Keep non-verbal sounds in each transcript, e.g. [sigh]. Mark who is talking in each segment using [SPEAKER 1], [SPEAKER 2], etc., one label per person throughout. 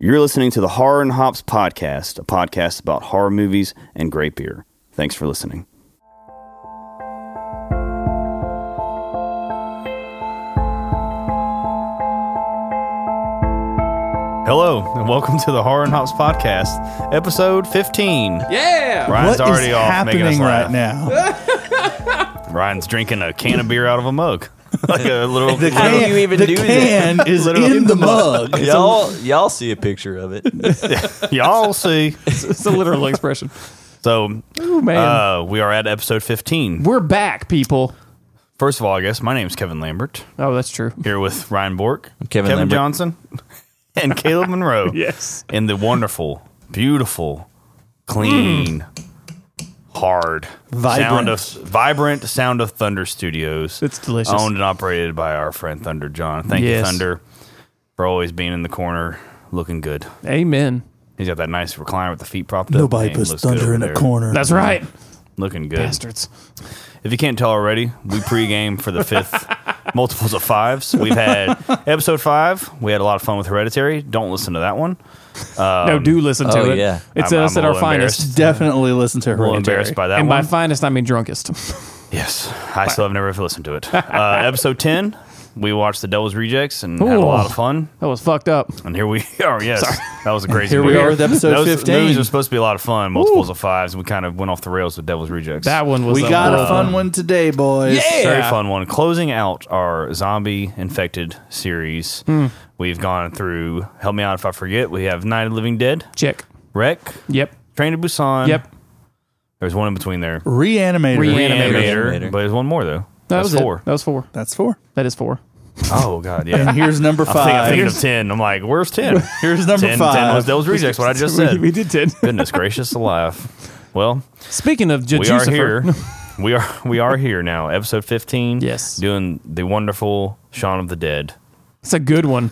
[SPEAKER 1] You're listening to the Horror and Hops podcast, a podcast about horror movies and great beer. Thanks for listening. Hello, and welcome to the Horror and Hops podcast, episode 15.
[SPEAKER 2] Yeah.
[SPEAKER 1] Ryan's
[SPEAKER 3] What is
[SPEAKER 1] already off making us
[SPEAKER 3] happening
[SPEAKER 1] laugh.
[SPEAKER 3] right now?
[SPEAKER 1] Ryan's drinking a can of beer out of a mug. [laughs] like a little.
[SPEAKER 2] How do you even
[SPEAKER 3] the
[SPEAKER 2] do that? [laughs]
[SPEAKER 3] can is in the [laughs] mug.
[SPEAKER 4] y'all y'all see a picture of it.
[SPEAKER 1] [laughs] Y'all see.
[SPEAKER 2] It's a literal expression.
[SPEAKER 1] So,
[SPEAKER 3] Oh,
[SPEAKER 2] Ooh, man.
[SPEAKER 1] uh, we are at episode 15.
[SPEAKER 2] We're back, people.
[SPEAKER 1] First of all, I guess my name's Kevin Lambert.
[SPEAKER 2] Oh, that's true.
[SPEAKER 1] Here with Ryan Bork,
[SPEAKER 4] Kevin Lambert.
[SPEAKER 1] Johnson, [laughs] and Caleb Monroe.
[SPEAKER 2] Yes.
[SPEAKER 1] in the wonderful, beautiful, clean, hard, sound
[SPEAKER 3] Vibrant.
[SPEAKER 1] of vibrant sound of Thunder Studios.
[SPEAKER 2] It's delicious.
[SPEAKER 1] Owned and operated by our friend Thunder John. Thank you,
[SPEAKER 2] Yes.
[SPEAKER 1] Thunder, for always being in the corner, looking good.
[SPEAKER 2] Amen.
[SPEAKER 1] He's got that nice recliner with the feet propped up.
[SPEAKER 3] Nobody
[SPEAKER 1] Man,
[SPEAKER 3] puts
[SPEAKER 1] looks good over
[SPEAKER 3] thunder in
[SPEAKER 1] there.
[SPEAKER 3] a corner.
[SPEAKER 2] That's right.
[SPEAKER 1] Looking good.
[SPEAKER 2] Bastards.
[SPEAKER 1] If you can't tell already, we pregame for the fifth
[SPEAKER 3] [laughs]
[SPEAKER 1] multiples of fives. We've had episode five. We had a lot of fun with Hereditary. Don't listen to that one.
[SPEAKER 2] no, do listen to
[SPEAKER 4] oh,
[SPEAKER 2] it.
[SPEAKER 4] yeah.
[SPEAKER 2] It's
[SPEAKER 1] Um, I'm-
[SPEAKER 2] us
[SPEAKER 1] I'm
[SPEAKER 2] at
[SPEAKER 1] a
[SPEAKER 2] our
[SPEAKER 1] little
[SPEAKER 2] finest.
[SPEAKER 1] embarrassed.
[SPEAKER 3] Definitely listen
[SPEAKER 1] A
[SPEAKER 3] to
[SPEAKER 1] little
[SPEAKER 3] her.
[SPEAKER 1] embarrassed by that
[SPEAKER 2] and
[SPEAKER 1] one.
[SPEAKER 2] by finest, I mean drunkest.
[SPEAKER 1] Yes, I still have never listened to
[SPEAKER 3] [laughs]
[SPEAKER 1] it. Uh, episode ten, we watched The Devil's Rejects and had a lot of fun.
[SPEAKER 2] that was fucked up.
[SPEAKER 1] And here we [laughs] are. Yes, that was a crazy.
[SPEAKER 3] Here we
[SPEAKER 1] movie.
[SPEAKER 3] are with episode
[SPEAKER 1] Those
[SPEAKER 3] 15.
[SPEAKER 1] movies are supposed to be a lot of fun, multiples of fives. We kind of went off the rails with Devil's Rejects.
[SPEAKER 2] That one was
[SPEAKER 3] We
[SPEAKER 2] the
[SPEAKER 3] got a
[SPEAKER 2] world.
[SPEAKER 3] fun one today, boys.
[SPEAKER 2] Yeah.
[SPEAKER 1] very fun one. Closing out our zombie infected series,
[SPEAKER 3] Hmm.
[SPEAKER 1] we've gone through. Help me out if I forget. We have Night of the Living Dead,
[SPEAKER 2] Check.
[SPEAKER 1] Wreck,
[SPEAKER 2] Yep.
[SPEAKER 1] Train to Busan.
[SPEAKER 2] Yep.
[SPEAKER 1] there's one in between there.
[SPEAKER 3] Reanimator.
[SPEAKER 2] Re-
[SPEAKER 1] Reanimator,
[SPEAKER 4] Reanimator.
[SPEAKER 1] but there's one more though.
[SPEAKER 2] That
[SPEAKER 1] That's
[SPEAKER 2] was it.
[SPEAKER 1] four.
[SPEAKER 2] That was four.
[SPEAKER 3] That's four.
[SPEAKER 2] That is four.
[SPEAKER 1] Oh god, yeah.
[SPEAKER 2] [laughs]
[SPEAKER 3] And here's number
[SPEAKER 1] I think I'm
[SPEAKER 3] five.
[SPEAKER 1] thinking of ten. I'm like, where's ten?
[SPEAKER 3] Here's number
[SPEAKER 1] 10, 10 was
[SPEAKER 3] five.
[SPEAKER 1] Devil's Rejects, what I just
[SPEAKER 2] [laughs] We-
[SPEAKER 1] said.
[SPEAKER 2] we did ten.
[SPEAKER 1] Goodness gracious alive. Well,
[SPEAKER 2] Speaking of
[SPEAKER 1] we
[SPEAKER 2] Jejucifer,
[SPEAKER 1] are
[SPEAKER 2] [laughs]
[SPEAKER 1] here. we are we are here now. Episode 15.
[SPEAKER 2] Yes.
[SPEAKER 1] Doing the wonderful Shaun of the Dead.
[SPEAKER 2] it's a good one.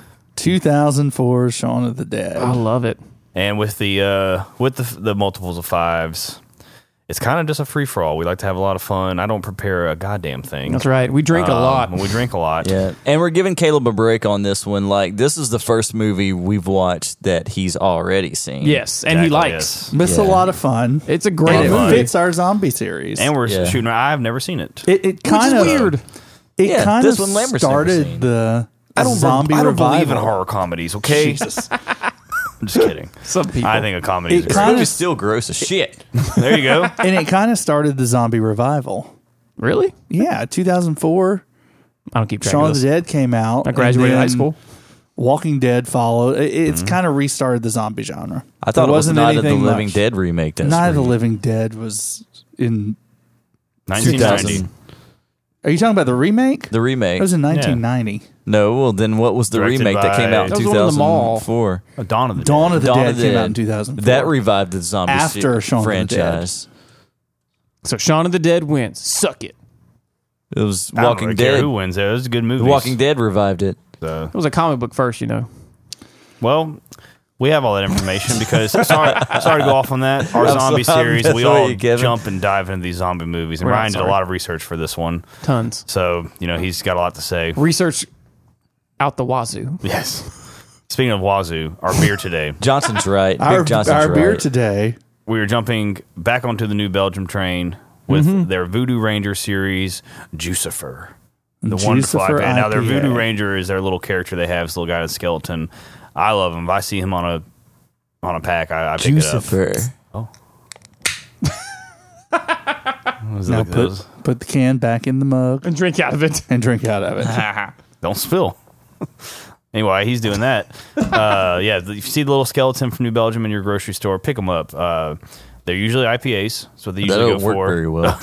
[SPEAKER 3] 2004 Shaun of the Dead.
[SPEAKER 2] I love it.
[SPEAKER 1] And with the uh with the the multiples of fives, it's kind of just a free for all. We like to have a lot of fun. I don't prepare a goddamn thing.
[SPEAKER 2] That's right. We drink a lot.
[SPEAKER 1] Um, We drink a
[SPEAKER 2] [laughs]
[SPEAKER 1] lot.
[SPEAKER 4] [laughs] Yeah. And we're giving Caleb a break on this one. Like this is the first movie we've watched that he's already seen.
[SPEAKER 2] yes, and
[SPEAKER 1] Exactly,
[SPEAKER 2] he likes.
[SPEAKER 1] yes.
[SPEAKER 3] But it's a
[SPEAKER 4] Yeah.
[SPEAKER 3] lot of fun.
[SPEAKER 2] It's a great
[SPEAKER 3] it
[SPEAKER 2] movie.
[SPEAKER 3] fits our zombie series.
[SPEAKER 1] And we're
[SPEAKER 4] Yeah.
[SPEAKER 1] shooting. I've never seen it.
[SPEAKER 3] it, it kind of
[SPEAKER 2] weird.
[SPEAKER 3] It
[SPEAKER 4] Yeah,
[SPEAKER 3] kind
[SPEAKER 4] this
[SPEAKER 3] of
[SPEAKER 4] one Lambert's never seen.
[SPEAKER 3] started the
[SPEAKER 1] I don't.
[SPEAKER 3] zombie
[SPEAKER 1] I don't believe in
[SPEAKER 3] revival.
[SPEAKER 1] horror [laughs] comedies. Okay. Jesus. [laughs] I'm just kidding.
[SPEAKER 2] Some people.
[SPEAKER 1] I think a comedy. is
[SPEAKER 3] It
[SPEAKER 1] great.
[SPEAKER 3] kind
[SPEAKER 4] Movie's
[SPEAKER 3] of
[SPEAKER 4] still gross as shit.
[SPEAKER 1] there you go.
[SPEAKER 3] [laughs] and it kind of started the zombie revival.
[SPEAKER 2] really?
[SPEAKER 3] Yeah, 2004,
[SPEAKER 2] I don't keep track
[SPEAKER 3] Shaun
[SPEAKER 2] of
[SPEAKER 3] of
[SPEAKER 2] this.
[SPEAKER 3] the Dead came out.
[SPEAKER 2] I graduated high school.
[SPEAKER 3] Walking Dead followed. It, it's kind of restarted the zombie genre.
[SPEAKER 4] Mm-hmm. I thought
[SPEAKER 3] There
[SPEAKER 4] it was
[SPEAKER 3] wasn't
[SPEAKER 4] Night of the
[SPEAKER 3] anything
[SPEAKER 4] Living
[SPEAKER 3] much.
[SPEAKER 4] Dead remake. That's
[SPEAKER 3] Night of the
[SPEAKER 4] weird.
[SPEAKER 3] Living Dead was in.
[SPEAKER 1] 1990.
[SPEAKER 3] Are you talking about the remake?
[SPEAKER 4] The remake.
[SPEAKER 3] It was in 1990.
[SPEAKER 4] no, well then what was the
[SPEAKER 1] Directed
[SPEAKER 4] remake that came
[SPEAKER 1] by-
[SPEAKER 4] out in
[SPEAKER 1] That
[SPEAKER 2] was the one in the mall.
[SPEAKER 4] 2004?
[SPEAKER 1] Uh, Dawn of the
[SPEAKER 3] Dawn of the
[SPEAKER 4] Dawn
[SPEAKER 3] Dead
[SPEAKER 4] of the
[SPEAKER 3] came
[SPEAKER 4] Dead.
[SPEAKER 3] out in 2004.
[SPEAKER 4] That revived the zombie
[SPEAKER 3] After
[SPEAKER 4] se-
[SPEAKER 3] Shaun of the Dead.
[SPEAKER 4] franchise.
[SPEAKER 2] So Shaun of the Dead wins. Suck it.
[SPEAKER 4] It was
[SPEAKER 1] Dead. I don't
[SPEAKER 4] Walking
[SPEAKER 1] really care
[SPEAKER 4] Dead.
[SPEAKER 1] Who wins there? It was a good movie.
[SPEAKER 4] The Walking Dead revived it.
[SPEAKER 1] So,
[SPEAKER 2] It was a comic book first, you know.
[SPEAKER 1] well, we have all that information because [laughs] sorry, sorry to go off on that. Our
[SPEAKER 4] I'm
[SPEAKER 1] zombie
[SPEAKER 4] sorry,
[SPEAKER 1] series,
[SPEAKER 4] that's
[SPEAKER 1] we
[SPEAKER 4] what
[SPEAKER 1] all
[SPEAKER 4] you give 'em.
[SPEAKER 1] jump and dive into these zombie movies, and
[SPEAKER 2] We're not
[SPEAKER 1] Ryan did a
[SPEAKER 2] sorry.
[SPEAKER 1] lot of research for this one.
[SPEAKER 2] Tons.
[SPEAKER 1] So you know he's got a lot to say.
[SPEAKER 2] Research out the wazoo. [laughs]
[SPEAKER 1] Yes. Speaking of Wazoo, our beer today.
[SPEAKER 4] Johnson's right. Big
[SPEAKER 3] our,
[SPEAKER 4] Johnson's
[SPEAKER 3] our
[SPEAKER 4] right.
[SPEAKER 3] beer today.
[SPEAKER 1] we were jumping back onto the New Belgium train with
[SPEAKER 3] Mm-hmm.
[SPEAKER 1] their Voodoo Ranger series, Jucifer. The wonderful
[SPEAKER 3] Jucifer
[SPEAKER 1] IPA. And now their
[SPEAKER 3] IPA.
[SPEAKER 1] Voodoo Ranger is their little character they have, this little guy in a skeleton. I love him. If I see him on a on a pack, I, I pick it up.
[SPEAKER 4] Lucifer.
[SPEAKER 1] Was it
[SPEAKER 3] Now
[SPEAKER 1] like
[SPEAKER 3] put,
[SPEAKER 1] those?
[SPEAKER 3] put the can back in the mug
[SPEAKER 2] And drink out of
[SPEAKER 3] [laughs]
[SPEAKER 2] it.
[SPEAKER 3] and drink out
[SPEAKER 2] [laughs]
[SPEAKER 3] of it.
[SPEAKER 1] Don't spill. [laughs] anyway, he's doing that.
[SPEAKER 3] [laughs]
[SPEAKER 1] uh, yeah, if you see the little skeleton from New Belgium in your grocery store, pick them up. Uh, they're usually IPAs, so they
[SPEAKER 4] That
[SPEAKER 1] usually
[SPEAKER 4] don't
[SPEAKER 1] go
[SPEAKER 4] work
[SPEAKER 1] for.
[SPEAKER 4] very
[SPEAKER 1] [laughs]
[SPEAKER 4] well.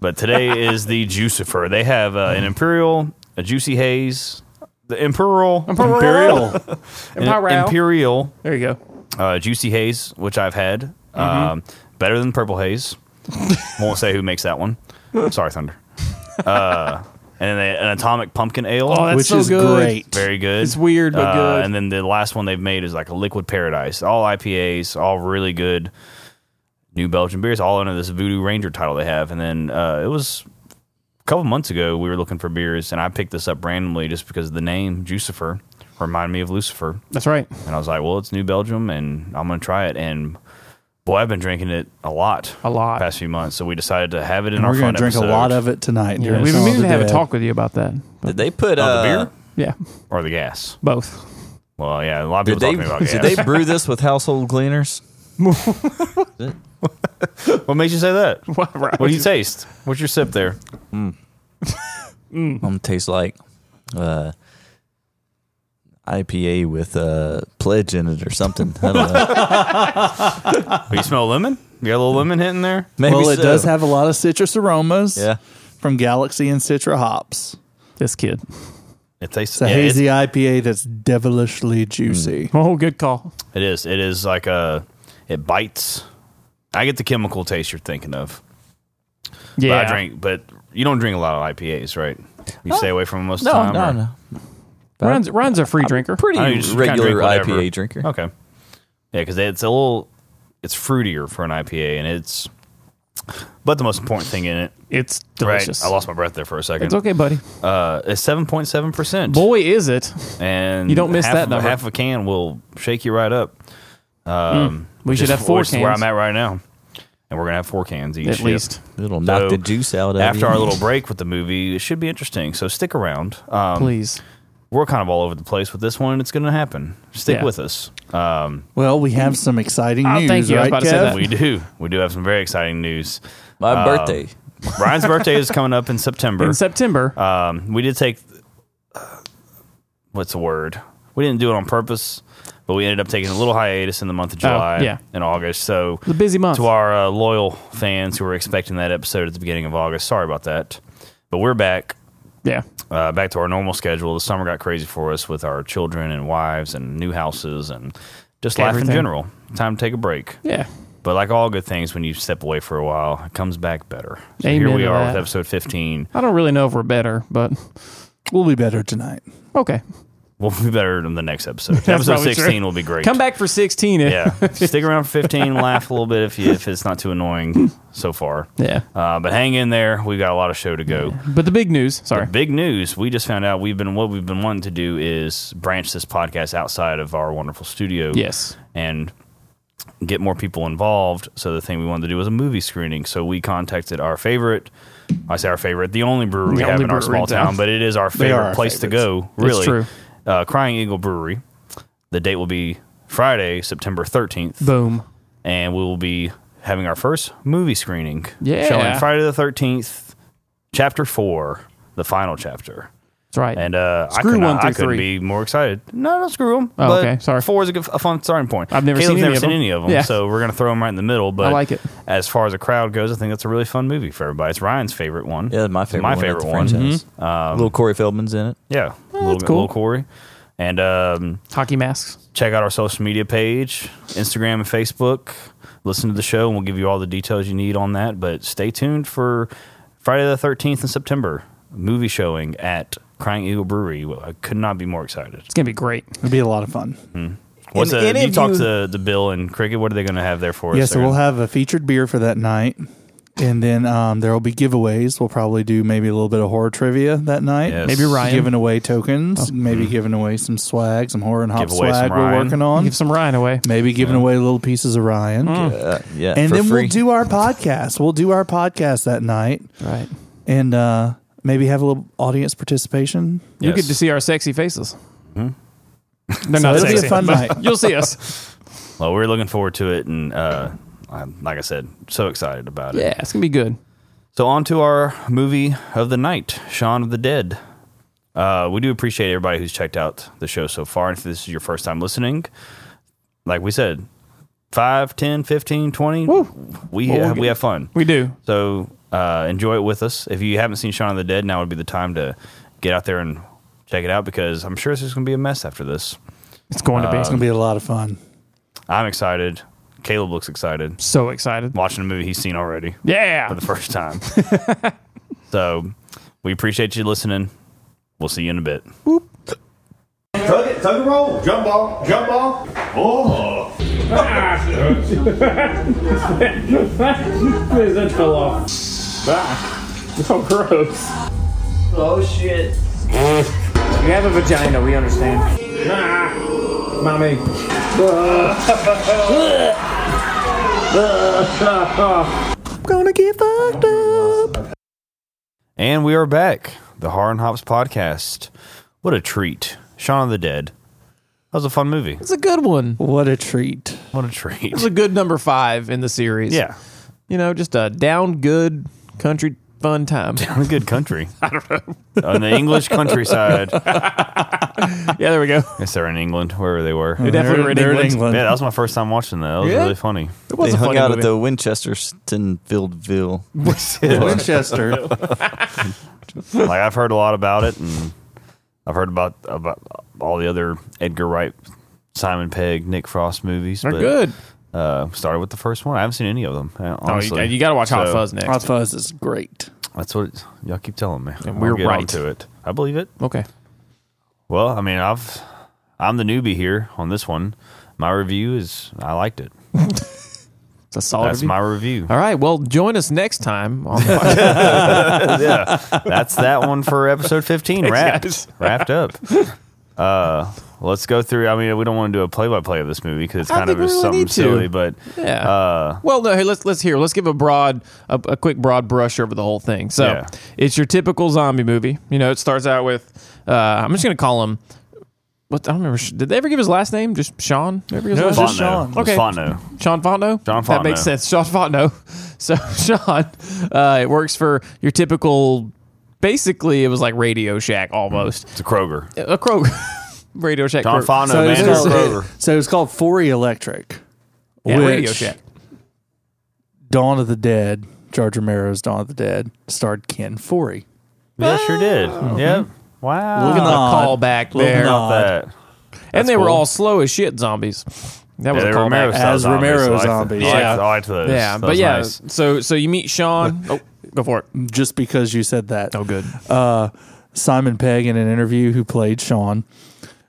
[SPEAKER 1] But today is the Jucifer. They have uh, an Imperial, a Juicy Haze, the Imperial,
[SPEAKER 3] Imperial.
[SPEAKER 1] an
[SPEAKER 2] Imperial.
[SPEAKER 1] Imperial
[SPEAKER 2] There you go.
[SPEAKER 1] uh, Juicy Haze, which I've had.
[SPEAKER 2] Mm-hmm.
[SPEAKER 1] Um, better than Purple
[SPEAKER 2] [laughs]
[SPEAKER 1] Haze. Won't say who makes that one. Sorry, Thunder. Uh, and then an Atomic Pumpkin Ale.
[SPEAKER 2] Oh, that's
[SPEAKER 3] Which
[SPEAKER 2] so
[SPEAKER 3] is
[SPEAKER 2] good.
[SPEAKER 3] great.
[SPEAKER 1] very good.
[SPEAKER 2] It's weird, but
[SPEAKER 1] Uh,
[SPEAKER 2] good.
[SPEAKER 1] And then the last one they've made is like a Liquid Paradise. All IPAs, all really good. New Belgian beers, all under this Voodoo Ranger title they have. And then uh, it was couple months ago, we were looking for beers, and I picked this up randomly just because the name Jucifer reminded me of Lucifer,
[SPEAKER 2] That's right.
[SPEAKER 1] and I was like, "Well, it's New Belgium, and I'm gonna try it." And boy, I've been drinking it a lot,
[SPEAKER 2] A lot.
[SPEAKER 1] past few months. So we decided to have it in our
[SPEAKER 3] We're
[SPEAKER 1] fun
[SPEAKER 3] going to drink
[SPEAKER 1] episode.
[SPEAKER 3] a lot of it tonight.
[SPEAKER 2] Yeah,
[SPEAKER 3] during
[SPEAKER 2] we've been
[SPEAKER 3] Shaun
[SPEAKER 2] meaning
[SPEAKER 3] of
[SPEAKER 2] to
[SPEAKER 3] the
[SPEAKER 2] have a
[SPEAKER 3] Dead.
[SPEAKER 2] talk with you about that. But
[SPEAKER 4] Did they put
[SPEAKER 1] Oh, the
[SPEAKER 4] uh,
[SPEAKER 1] beer
[SPEAKER 2] yeah,
[SPEAKER 1] or the gas?
[SPEAKER 2] both.
[SPEAKER 1] Well, yeah, a lot of
[SPEAKER 4] Did
[SPEAKER 1] people
[SPEAKER 4] they
[SPEAKER 1] talking about gas.
[SPEAKER 4] did they
[SPEAKER 1] [laughs]
[SPEAKER 4] brew this with household cleaners?
[SPEAKER 1] [laughs] what makes you say that?
[SPEAKER 2] What, right.
[SPEAKER 1] [laughs] What do you taste? What's your sip there?
[SPEAKER 4] I'm gonna taste like uh, IPA with uh, pledge in it or something. I don't
[SPEAKER 1] [laughs]
[SPEAKER 4] know.
[SPEAKER 1] Oh, you smell lemon? You got a little lemon hitting there?
[SPEAKER 4] Maybe
[SPEAKER 3] well, it
[SPEAKER 4] so.
[SPEAKER 3] does have a lot of citrus aromas
[SPEAKER 4] Yeah,
[SPEAKER 3] from Galaxy and Citra hops.
[SPEAKER 2] This kid.
[SPEAKER 1] It tastes
[SPEAKER 3] It's a
[SPEAKER 1] yeah, Mm.
[SPEAKER 3] hazy
[SPEAKER 1] It,
[SPEAKER 3] IPA that's devilishly juicy.
[SPEAKER 2] Oh, good call.
[SPEAKER 1] it is. It is like a. It bites. I get the chemical taste you're thinking of.
[SPEAKER 2] Yeah,
[SPEAKER 1] But I drink, but you don't drink a lot of IPAs, right? You stay away from them most of the
[SPEAKER 4] no,
[SPEAKER 1] time.
[SPEAKER 4] no,
[SPEAKER 1] or-
[SPEAKER 4] no.
[SPEAKER 2] Ryan's, Ryan's a free drinker.
[SPEAKER 4] Pretty
[SPEAKER 1] I know, you just kinda
[SPEAKER 4] regular
[SPEAKER 1] drink whatever.
[SPEAKER 4] IPA drinker.
[SPEAKER 1] Okay. Yeah, because it's a little, it's fruitier for an IPA, and it's. But the most important thing in it,
[SPEAKER 2] It's delicious.
[SPEAKER 1] right? I lost my breath there for a second.
[SPEAKER 2] It's okay, buddy.
[SPEAKER 1] Uh, it's seven point seven percent.
[SPEAKER 2] Boy, is it.
[SPEAKER 1] and
[SPEAKER 2] You don't miss
[SPEAKER 1] half
[SPEAKER 2] that
[SPEAKER 1] of-
[SPEAKER 2] number. Hmm.
[SPEAKER 1] Half a can will shake you right up. Um,
[SPEAKER 2] We
[SPEAKER 1] which
[SPEAKER 2] should
[SPEAKER 1] is-
[SPEAKER 2] have four
[SPEAKER 1] which is Where
[SPEAKER 2] cans.
[SPEAKER 1] I'm at right now, and we're gonna have four cans each.
[SPEAKER 2] At
[SPEAKER 1] yep.
[SPEAKER 2] least.
[SPEAKER 4] It'll knock
[SPEAKER 1] So,
[SPEAKER 4] the juice out of
[SPEAKER 1] After
[SPEAKER 4] you.
[SPEAKER 1] our little break with the movie, it should be interesting. So stick around. Um,
[SPEAKER 2] Please.
[SPEAKER 1] We're kind of all over the place with this one. and It's going to happen. Stick
[SPEAKER 2] Yeah.
[SPEAKER 1] with us. Um,
[SPEAKER 3] Well, we have some exciting
[SPEAKER 2] Oh,
[SPEAKER 3] news,
[SPEAKER 2] thank you. I was
[SPEAKER 3] right,
[SPEAKER 2] about to say
[SPEAKER 3] Kev?
[SPEAKER 2] that.
[SPEAKER 1] we do. We do have some very exciting news.
[SPEAKER 4] [laughs] my
[SPEAKER 1] uh,
[SPEAKER 4] birthday.
[SPEAKER 1] Brian's birthday is coming up in September.
[SPEAKER 2] In September,
[SPEAKER 1] Um, we did take what's the word? We didn't do it on purpose, but we ended up taking a little hiatus in the month of
[SPEAKER 2] Oh,
[SPEAKER 1] July
[SPEAKER 2] yeah.
[SPEAKER 1] and August. So
[SPEAKER 2] It's a busy month.
[SPEAKER 1] to our uh, loyal fans who were expecting that episode at the beginning of August. Sorry about that, but we're back.
[SPEAKER 2] yeah.
[SPEAKER 1] Uh, back to our normal schedule. The summer got crazy for us with our children and wives and new houses and just life
[SPEAKER 2] Everything.
[SPEAKER 1] in general. Time to take a break.
[SPEAKER 2] Yeah.
[SPEAKER 1] But like all good things, when you step away for a while, it comes back better. So
[SPEAKER 2] Amen
[SPEAKER 1] here we
[SPEAKER 2] to
[SPEAKER 1] are
[SPEAKER 2] that.
[SPEAKER 1] with episode 15.
[SPEAKER 2] I don't really know if we're better, but
[SPEAKER 3] We'll be better tonight.
[SPEAKER 2] okay.
[SPEAKER 1] We'll be better than the next
[SPEAKER 2] [laughs]
[SPEAKER 1] episode. episode
[SPEAKER 2] probably true.
[SPEAKER 1] 16 will be great.
[SPEAKER 2] Come back for 16.
[SPEAKER 1] [laughs]
[SPEAKER 2] if-
[SPEAKER 1] Yeah. Stick around for 15, laugh a little bit if, you, if it's not too
[SPEAKER 2] [laughs]
[SPEAKER 1] annoying so far.
[SPEAKER 2] [laughs] Yeah.
[SPEAKER 1] Uh, but hang in there. We've got a lot of show to go.
[SPEAKER 2] But the big news, sorry.
[SPEAKER 1] Big news. We just found out we've been what we've been wanting to do is branch this podcast outside of our wonderful studio.
[SPEAKER 2] Yes.
[SPEAKER 1] And get more people involved. So the thing we wanted to do was a movie screening. So we contacted our favorite I say our favorite, the only brewery we
[SPEAKER 2] The
[SPEAKER 1] have
[SPEAKER 2] only
[SPEAKER 1] in our
[SPEAKER 2] brewery
[SPEAKER 1] small
[SPEAKER 2] in
[SPEAKER 1] town,
[SPEAKER 2] town.
[SPEAKER 1] but it is our favorite
[SPEAKER 3] are our
[SPEAKER 1] place
[SPEAKER 3] favorites.
[SPEAKER 1] to go, really.
[SPEAKER 2] true.
[SPEAKER 1] Uh, Crying Eagle Brewery. The date will be Friday, September 13th
[SPEAKER 2] Boom.
[SPEAKER 1] and we will be having our first movie screening.
[SPEAKER 2] Yeah.
[SPEAKER 1] Showing Friday the 13th, chapter four, the final chapter.
[SPEAKER 2] That's right.
[SPEAKER 1] And uh,
[SPEAKER 2] Screw
[SPEAKER 1] I, could not-
[SPEAKER 2] one through
[SPEAKER 1] I couldn't be
[SPEAKER 2] three.
[SPEAKER 1] more excited. No, no, screw them.
[SPEAKER 2] Oh, okay. Sorry.
[SPEAKER 1] Four is a, good, a fun starting point.
[SPEAKER 2] I've never
[SPEAKER 1] Caleb's
[SPEAKER 2] seen any
[SPEAKER 1] never
[SPEAKER 2] of
[SPEAKER 1] seen
[SPEAKER 2] them.
[SPEAKER 1] any of them,
[SPEAKER 2] Yeah.
[SPEAKER 1] so we're going to throw them right in the middle. But
[SPEAKER 2] like it.
[SPEAKER 1] As far as a crowd goes, I think that's a really fun movie for everybody. It's Ryan's favorite one.
[SPEAKER 4] Yeah, my
[SPEAKER 1] It's
[SPEAKER 4] favorite.
[SPEAKER 1] My
[SPEAKER 4] one,
[SPEAKER 1] favorite
[SPEAKER 4] the
[SPEAKER 1] one. Mm-hmm. Um,
[SPEAKER 4] franchise. little Corey Feldman's in it.
[SPEAKER 1] Yeah, little,
[SPEAKER 2] cool.
[SPEAKER 1] little Corey. And um,
[SPEAKER 2] Hockey masks.
[SPEAKER 1] check out our social media page instagram and facebook listen to the show and we'll give you all the details you need on that but stay tuned for friday the 13th in september movie showing at crying eagle brewery i could not be more excited
[SPEAKER 2] It's going to be great.
[SPEAKER 3] It'll be a lot of fun.
[SPEAKER 1] Mm. what's
[SPEAKER 4] And
[SPEAKER 1] the,
[SPEAKER 4] any
[SPEAKER 1] you
[SPEAKER 4] of
[SPEAKER 1] talked
[SPEAKER 4] you-
[SPEAKER 1] to, to bill and cricket what are they going to have there for
[SPEAKER 3] Yeah,
[SPEAKER 1] us
[SPEAKER 3] so we'll have a featured beer for that night. And then um, there will be giveaways. We'll probably do maybe a little bit of horror trivia that night.
[SPEAKER 1] Yes. Oh. Mm.
[SPEAKER 2] Maybe Ryan.
[SPEAKER 3] Giving away tokens, maybe giving away some swag, some horror and hop
[SPEAKER 1] Give away some
[SPEAKER 3] swag we're
[SPEAKER 1] Ryan.
[SPEAKER 3] working on.
[SPEAKER 2] Give Mm. some Ryan away.
[SPEAKER 3] Maybe giving away little pieces of Ryan.
[SPEAKER 1] hmm.
[SPEAKER 4] Uh, yeah,
[SPEAKER 3] And
[SPEAKER 4] for
[SPEAKER 3] then
[SPEAKER 4] free.
[SPEAKER 3] we'll do our podcast. We'll do our podcast that night
[SPEAKER 2] Right.
[SPEAKER 3] and uh, maybe have a little audience participation.
[SPEAKER 2] You get
[SPEAKER 1] Yes. Hmm?
[SPEAKER 2] to see our sexy faces. They're not
[SPEAKER 3] it'll be a
[SPEAKER 2] sexy.
[SPEAKER 3] fun
[SPEAKER 2] but
[SPEAKER 3] night.
[SPEAKER 2] [laughs] You'll see us.
[SPEAKER 1] well we're looking forward to it and uh, I'm, like i said so excited about it
[SPEAKER 2] Yeah, it's going to be good.
[SPEAKER 1] So on to our movie of the night, Shaun of the Dead. Uh, we do appreciate everybody who's checked out the show so far. And if this is your first time listening, like we said, 5, 10, 15, 20, we,
[SPEAKER 2] Well, we'll
[SPEAKER 1] have, we
[SPEAKER 2] get-
[SPEAKER 1] have fun.
[SPEAKER 2] We do.
[SPEAKER 1] So uh, enjoy it with us. If you haven't seen Shaun of the Dead, now would be the time to get out there and check it out because I'm sure it's just going to be a mess after this.
[SPEAKER 2] It's going to be.
[SPEAKER 1] Uh,
[SPEAKER 3] It's going to be a lot of fun.
[SPEAKER 1] I'm excited. Caleb looks excited.
[SPEAKER 2] so excited.
[SPEAKER 1] Watching a movie he's seen already.
[SPEAKER 2] Yeah.
[SPEAKER 1] for the first [laughs] time. so we appreciate you listening. We'll see you in a bit.
[SPEAKER 5] Tug it, tug and roll, jump ball, jump ball. Oh. Ah,
[SPEAKER 6] So gross.
[SPEAKER 7] Oh shit. You have a vagina, we understand.
[SPEAKER 6] Mommy.
[SPEAKER 1] And we are back. The Horror and Hops podcast. What a treat. Shaun of the Dead. That was a fun movie.
[SPEAKER 2] It's a good one.
[SPEAKER 3] What a treat.
[SPEAKER 1] What a treat.
[SPEAKER 2] It's a good number five in the series.
[SPEAKER 1] [laughs] Yeah.
[SPEAKER 2] You know, just a down good country fun time.
[SPEAKER 1] A good country. [laughs] I don't know. On the English countryside.
[SPEAKER 2] yeah, there we go.
[SPEAKER 1] I guess they're in England, wherever they were.
[SPEAKER 2] They
[SPEAKER 1] Yeah,
[SPEAKER 2] definitely were in
[SPEAKER 3] They're
[SPEAKER 2] England.
[SPEAKER 1] that was my first time watching that. That was
[SPEAKER 2] Yeah?
[SPEAKER 1] really funny.
[SPEAKER 2] It was
[SPEAKER 4] they
[SPEAKER 2] a
[SPEAKER 4] hung
[SPEAKER 2] funny
[SPEAKER 4] out
[SPEAKER 2] movie.
[SPEAKER 4] at the Winchestertonville.
[SPEAKER 3] [laughs] [laughs]
[SPEAKER 2] [laughs]
[SPEAKER 3] Winchester.
[SPEAKER 1] Like I've heard a lot about it and I've heard about about all the other Edgar Wright, Simon Pegg, Nick Frost movies.
[SPEAKER 2] They're
[SPEAKER 1] but,
[SPEAKER 2] good.
[SPEAKER 1] Uh, started with the first one. I haven't seen any of them. uh,
[SPEAKER 2] Oh,
[SPEAKER 1] Honestly.
[SPEAKER 2] you, you got to watch Hot
[SPEAKER 1] So,
[SPEAKER 2] Fuzz next.
[SPEAKER 3] Hot Fuzz is great.
[SPEAKER 1] That's what it's- y'all keep telling me.
[SPEAKER 2] And
[SPEAKER 1] I'll
[SPEAKER 2] we're
[SPEAKER 1] get
[SPEAKER 2] right.
[SPEAKER 1] onto it. I believe it.
[SPEAKER 2] Okay.
[SPEAKER 1] Well, I mean, I've I'm the newbie here on this one. My review is I liked it.
[SPEAKER 2] It's a solid
[SPEAKER 1] That's
[SPEAKER 2] review.
[SPEAKER 1] my review.
[SPEAKER 2] All right. Well, join us next time. On the podcast.
[SPEAKER 1] That's that one for episode 15 wrapped
[SPEAKER 2] guys.
[SPEAKER 1] wrapped up. Uh, let's go through. I mean, we don't want to do a play by play of this movie because it's
[SPEAKER 2] I
[SPEAKER 1] kind of
[SPEAKER 2] think we
[SPEAKER 1] just
[SPEAKER 2] really
[SPEAKER 1] something
[SPEAKER 2] need to.
[SPEAKER 1] silly. But
[SPEAKER 2] yeah.
[SPEAKER 1] uh,
[SPEAKER 2] well, no. Hey, let's let's hear. Let's give a broad, a, a quick broad brush over the whole thing. So
[SPEAKER 1] Yeah.
[SPEAKER 2] it's your typical zombie movie. You know, it starts out with. Uh, I'm just gonna call him. What I don't remember. Did they ever give his last name? Just Sean. Ever give his
[SPEAKER 3] No,
[SPEAKER 2] last
[SPEAKER 3] just
[SPEAKER 1] Fontenot.
[SPEAKER 2] name?
[SPEAKER 3] Sean.
[SPEAKER 1] It was
[SPEAKER 2] Okay.
[SPEAKER 1] Fontenot.
[SPEAKER 2] Sean Fontenot?
[SPEAKER 1] Sean
[SPEAKER 2] That makes
[SPEAKER 1] Fontenot.
[SPEAKER 2] sense. Sean Fontenot. [laughs] So Sean, uh, it works for your typical. Basically, it was like Radio Shack almost.
[SPEAKER 1] It's a Kroger.
[SPEAKER 2] A Kroger. [laughs] Radio Shack.
[SPEAKER 1] Don
[SPEAKER 2] Kroger.
[SPEAKER 1] Fontenot,
[SPEAKER 3] So,
[SPEAKER 1] man,
[SPEAKER 3] it's
[SPEAKER 1] it's a
[SPEAKER 3] called,
[SPEAKER 1] Kroger.
[SPEAKER 3] so it's called Fury Electric.
[SPEAKER 2] Yeah, Radio
[SPEAKER 3] which
[SPEAKER 2] Shack.
[SPEAKER 3] Dawn of the Dead, George Romero's Dawn of the Dead, starred Ken Forey.
[SPEAKER 1] Yeah, sure did.
[SPEAKER 2] Mm-hmm.
[SPEAKER 1] Yep. Wow.
[SPEAKER 3] Look at
[SPEAKER 2] A
[SPEAKER 3] Nod.
[SPEAKER 2] callback
[SPEAKER 3] Little
[SPEAKER 2] there.
[SPEAKER 3] nod.
[SPEAKER 1] that.
[SPEAKER 2] and they were
[SPEAKER 1] cool.
[SPEAKER 2] all slow as shit zombies. That was
[SPEAKER 1] Yeah,
[SPEAKER 2] a
[SPEAKER 1] they were
[SPEAKER 2] callback.
[SPEAKER 1] Romero-style
[SPEAKER 3] As
[SPEAKER 1] zombies.
[SPEAKER 3] Romero
[SPEAKER 1] I liked-
[SPEAKER 3] zombies.
[SPEAKER 1] I liked,
[SPEAKER 2] Yeah.
[SPEAKER 1] I liked those.
[SPEAKER 2] yeah,
[SPEAKER 1] That
[SPEAKER 2] but
[SPEAKER 1] was
[SPEAKER 2] yeah.
[SPEAKER 1] nice.
[SPEAKER 2] So so you
[SPEAKER 1] [laughs]
[SPEAKER 2] meet Sean. oh, go for it.
[SPEAKER 3] Just because you said that.
[SPEAKER 2] Oh, good.
[SPEAKER 3] uh, Simon Pegg in an interview who played Sean.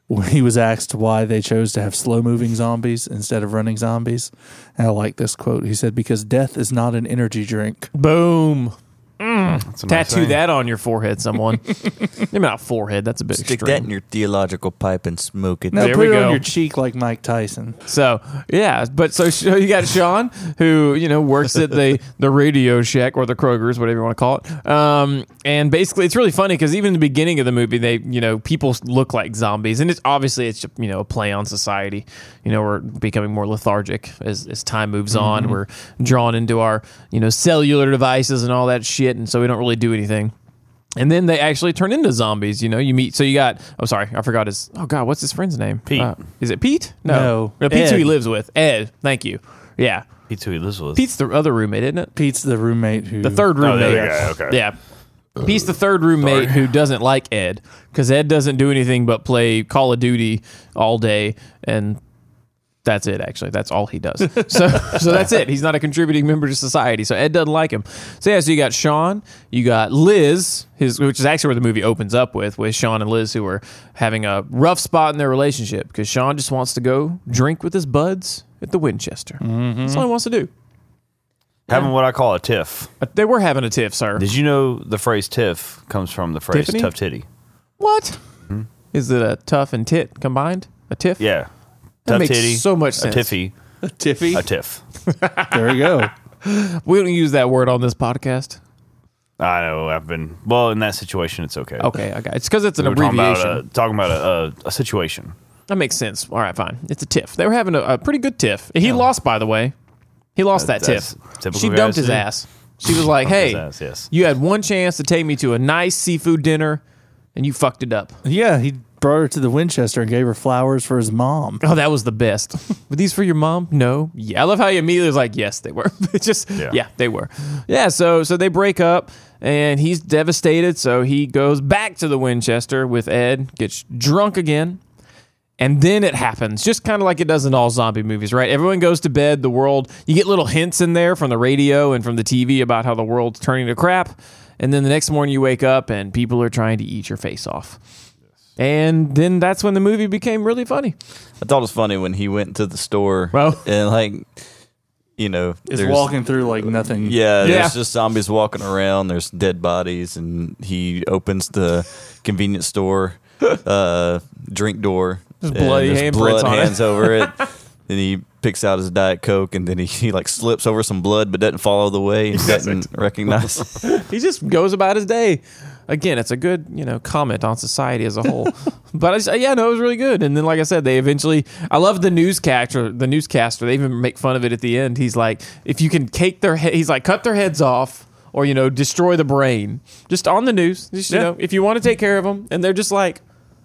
[SPEAKER 3] When he was asked why they chose to have slow moving zombies instead of running zombies. And I like this quote. He said, Because death is not an energy drink.
[SPEAKER 2] Boom.
[SPEAKER 1] That's a nice
[SPEAKER 2] Tattoo
[SPEAKER 1] thing.
[SPEAKER 2] that on your forehead, someone. [laughs] Maybe not forehead. That's a bit
[SPEAKER 4] Stick
[SPEAKER 2] extreme.
[SPEAKER 4] that in your theological pipe and smoke it.
[SPEAKER 3] Now
[SPEAKER 2] There
[SPEAKER 3] put
[SPEAKER 2] we
[SPEAKER 3] it
[SPEAKER 2] go.
[SPEAKER 3] on your cheek like Mike Tyson.
[SPEAKER 2] So yeah, but so so you got Sean who you know works at the the Radio Shack or the Kroger's, whatever you want to call it. Um, and basically, it's really funny because even in the beginning of the movie, they you know people look like zombies, and it's obviously it's you know a play on society. You know we're becoming more lethargic as as time moves on. We're drawn into our you know cellular devices and all that shit, and so we don't really do anything. And then they actually turn into zombies. You know, you meet. So you got. Oh, sorry, I forgot his. Oh God, what's his friend's name? Uh,
[SPEAKER 1] Pete.
[SPEAKER 2] is it Pete?
[SPEAKER 3] No.
[SPEAKER 2] Yeah, Pete's who he
[SPEAKER 3] Ed.
[SPEAKER 2] lives with. Ed. Thank you. Yeah.
[SPEAKER 1] Pete Tui Elizabeth.
[SPEAKER 2] Pete's the other roommate, isn't it?
[SPEAKER 3] Pete's the roommate who.
[SPEAKER 2] The
[SPEAKER 3] [laughs]
[SPEAKER 2] third
[SPEAKER 1] Oh, there
[SPEAKER 2] roommate.
[SPEAKER 1] you go. Okay.
[SPEAKER 2] Yeah. Pete's the third roommate who doesn't like Ed because Ed doesn't do anything but play Call of Duty all day and. That's it. Actually, that's all he does. [laughs] So, so that's it. He's not a contributing member to society. So Ed doesn't like him. So yeah. So you got Sean. You got Liz. His, which is actually where the movie opens up with, with Sean and Liz who are having a rough spot in their relationship because Sean just wants to go drink with his buds at the Winchester.
[SPEAKER 1] Mm-hmm.
[SPEAKER 2] That's all he wants to do.
[SPEAKER 1] Having what I call a tiff.
[SPEAKER 2] But They were having a tiff, sir.
[SPEAKER 1] Did you know the phrase tiff comes from the phrase
[SPEAKER 2] Tiffany?
[SPEAKER 1] tough titty?
[SPEAKER 2] What? Is it a tough and tit combined? A tiff?
[SPEAKER 1] Hmm? Yeah.
[SPEAKER 2] That
[SPEAKER 1] tough
[SPEAKER 2] makes
[SPEAKER 1] titty.
[SPEAKER 2] so much
[SPEAKER 1] a
[SPEAKER 2] sense.
[SPEAKER 1] tiffy.
[SPEAKER 3] Tiffy.
[SPEAKER 1] A tiff.
[SPEAKER 3] There we go.
[SPEAKER 2] We don't use that word on this podcast.
[SPEAKER 1] I know. I've been well in that situation. It's okay.
[SPEAKER 2] Okay, okay. It's because it's an
[SPEAKER 1] We were talking
[SPEAKER 2] abbreviation.
[SPEAKER 1] about uh, a, talking about a, a, a situation.
[SPEAKER 2] that makes sense. All right, fine. It's a tiff. They were having a, a pretty good tiff. He lost, by the way. He lost that,
[SPEAKER 1] That's
[SPEAKER 2] tiff.
[SPEAKER 1] typical
[SPEAKER 2] She
[SPEAKER 1] guys
[SPEAKER 2] dumped his
[SPEAKER 1] do.
[SPEAKER 2] ass. She was like,
[SPEAKER 1] Dumped his
[SPEAKER 2] "Hey,
[SPEAKER 1] ass, yes.
[SPEAKER 2] you had one chance to take me to a nice seafood dinner, and you fucked it up."
[SPEAKER 3] Yeah, he brought her to the Winchester and gave her flowers for his mom.
[SPEAKER 2] [laughs] Oh, that was the best. Were these for your mom? No. Yeah, I love how you immediately was like, yes, they were. [laughs] It's just yeah.
[SPEAKER 1] Yeah.
[SPEAKER 2] they were. Yeah, so so they break up and he's devastated, so he goes back to the Winchester with Ed, gets drunk again. And then it happens, just kind of like it does in all zombie movies, right? Everyone goes to bed, the world, you get little hints in there from the radio and from the TV about how the world's turning to crap. And then the next morning you wake up and people are trying to eat your face off. And then that's when the movie became really funny.
[SPEAKER 4] I thought it was funny when he went to the store
[SPEAKER 2] Well-
[SPEAKER 4] and like you know,
[SPEAKER 3] Is
[SPEAKER 4] there's-
[SPEAKER 3] walking through like nothing.
[SPEAKER 4] Yeah,
[SPEAKER 2] Yeah.
[SPEAKER 4] there's just zombies walking around. There's dead bodies, and he opens the convenience store uh, drink door.
[SPEAKER 2] There's
[SPEAKER 4] and
[SPEAKER 2] bloody
[SPEAKER 4] there's
[SPEAKER 2] handprints
[SPEAKER 4] blood
[SPEAKER 2] on it.
[SPEAKER 4] hands over
[SPEAKER 2] [laughs]
[SPEAKER 4] it. Then he picks out his diet coke, and then he, [laughs] he like slips over some blood, but doesn't follow the way. He doesn't recognize.
[SPEAKER 2] He just goes about his day. Again, it's a good you know comment on society as a [laughs] whole. but I just, yeah, no, it was really good. And then, like I said, they eventually. I love the newscaster. The newscaster. They even make fun of it at the end. He's like, if you can take their head, he's like, cut their heads off. Or you know, destroy the brain. Just on the news. Just you know, if you want to take care of them, and they're just like,